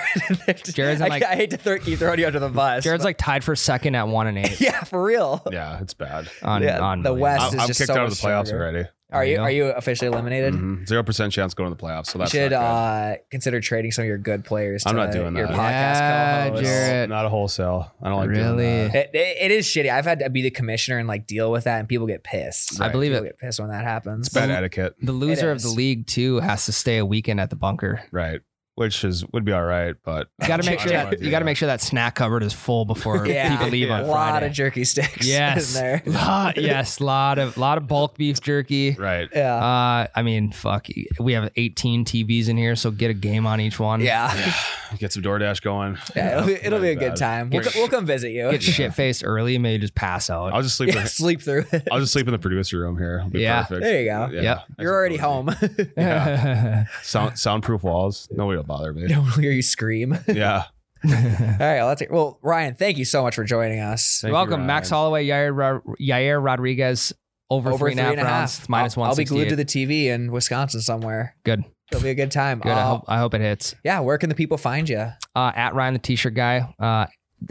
S3: Jared's in,
S1: I,
S3: like-
S1: I hate to throw keep throwing you under the bus.
S3: Jared's like tied for second at one and eight.
S1: yeah, for real.
S2: yeah, it's bad.
S3: On,
S1: Yeah,
S3: on
S1: the
S3: Williams.
S1: West- This
S2: I'm,
S1: is
S2: I'm
S1: just
S2: kicked
S1: so
S2: out of the
S1: much
S2: playoffs
S1: stronger.
S2: already.
S1: Are you
S3: Yeah.
S1: are you officially eliminated?
S3: Mm-hmm.
S2: Mhm. Zero percent chance going to the playoffs.
S1: You
S2: So that's
S1: should
S2: not good.
S1: uh, consider trading some of your good players. To
S2: I'm not doing
S1: your
S2: that.
S1: podcast
S3: Yeah,
S1: co-host.
S3: Jared.
S2: Not a wholesale. I don't like doing
S3: Really?
S2: that.
S1: It, it- it is shitty. I've had to be the commissioner and like deal with that, and people get pissed.
S3: I
S2: Right.
S3: believe
S1: people
S3: it.
S1: get pissed when that happens.
S2: It's bad etiquette,
S3: The loser of the
S1: is.
S3: league too has to stay a weekend at the bunker.
S2: right? Which is would be all right, but
S3: You got to
S2: I
S3: make
S2: don't
S3: sure
S2: wanna
S3: that
S2: do
S3: you got to make sure that snack cupboard is full before
S1: Yeah.
S3: people leave
S1: a
S3: on
S1: lot
S3: Friday.
S1: of jerky sticks.
S3: yes,
S1: in there.
S3: Lot- yes, lot of lot of bulk beef jerky.
S2: Right.
S1: Yeah,
S3: Uh, I mean, fuck, we have 18 TVs in here, so get a game on each one.
S1: yeah.
S2: Get some DoorDash going.
S1: Yeah, it'll be, it'll be a good
S2: Bad.
S1: time. We'll,
S2: Get-
S1: co- we'll come visit you.
S3: Get shit faced early, maybe just pass out.
S2: I'll just sleep.
S1: Yeah,
S2: in-
S1: sleep through it.
S2: I'll just sleep in the producer room here. It'll be
S3: Yeah.
S2: perfect.
S1: There you go.
S2: Yeah.
S3: Yep.
S2: That's
S1: You're already
S2: what it'll
S1: home.
S2: be. Yeah. Sound soundproof walls. Nobody will bother me.
S1: Don't hear you scream. All
S2: Yeah.
S1: right, let's. hear- Well, Ryan, thank you so much for joining us.
S2: Thank you,
S3: Welcome, Max
S2: Ryan.
S3: Holloway, Yair, Ro- Yair Rodriguez, over,
S1: Over
S3: three and a half rounds, minus
S1: I'll,
S3: one.
S1: I'll be glued to the TV in Wisconsin somewhere.
S3: Good,
S1: It'll be a good time.
S3: good. I
S1: Uh,
S3: hope I hope it hits.
S1: yeah, where can the people find you?
S3: uh, at Ryan the T-shirt guy, uh,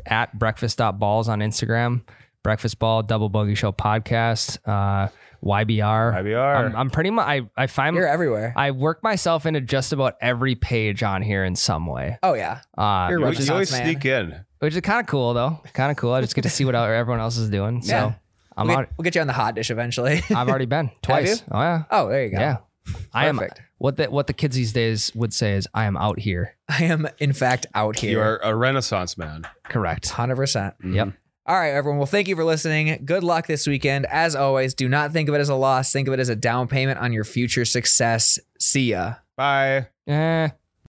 S3: at breakfast.balls on Instagram, breakfast ball, double bogey show podcast, uh, YBR. I'm,
S2: IBR.
S3: I'm pretty much, I, I find,
S1: You're everywhere.
S3: I work myself into just about every page on here in some way.
S1: oh yeah,
S3: Uh,
S1: You're
S2: You
S1: Roach's
S2: always- you always
S1: Hots, man.
S2: sneak in.
S3: which is kind of cool though. Kind of cool. I just get to see what everyone else is doing. So
S1: Yeah.
S3: I'm
S1: we'll,
S3: out.
S1: get, we'll get you on the hot dish eventually.
S3: I've already been twice.
S1: you?
S3: Oh yeah.
S1: oh, there you go.
S3: Yeah. I am
S1: Perfect.
S3: what the, what the kids these days would say is I am out here.
S1: I am in fact out
S2: You
S1: here.
S2: are a renaissance man. Mm-hmm.
S3: Correct.
S1: Hundred percent.
S3: Yep.
S1: All right, everyone. Well, thank you for listening. Good luck this weekend. As always, do not think of it as a loss. Think of it as a down payment on your future success. See ya.
S2: Bye.
S3: Eh.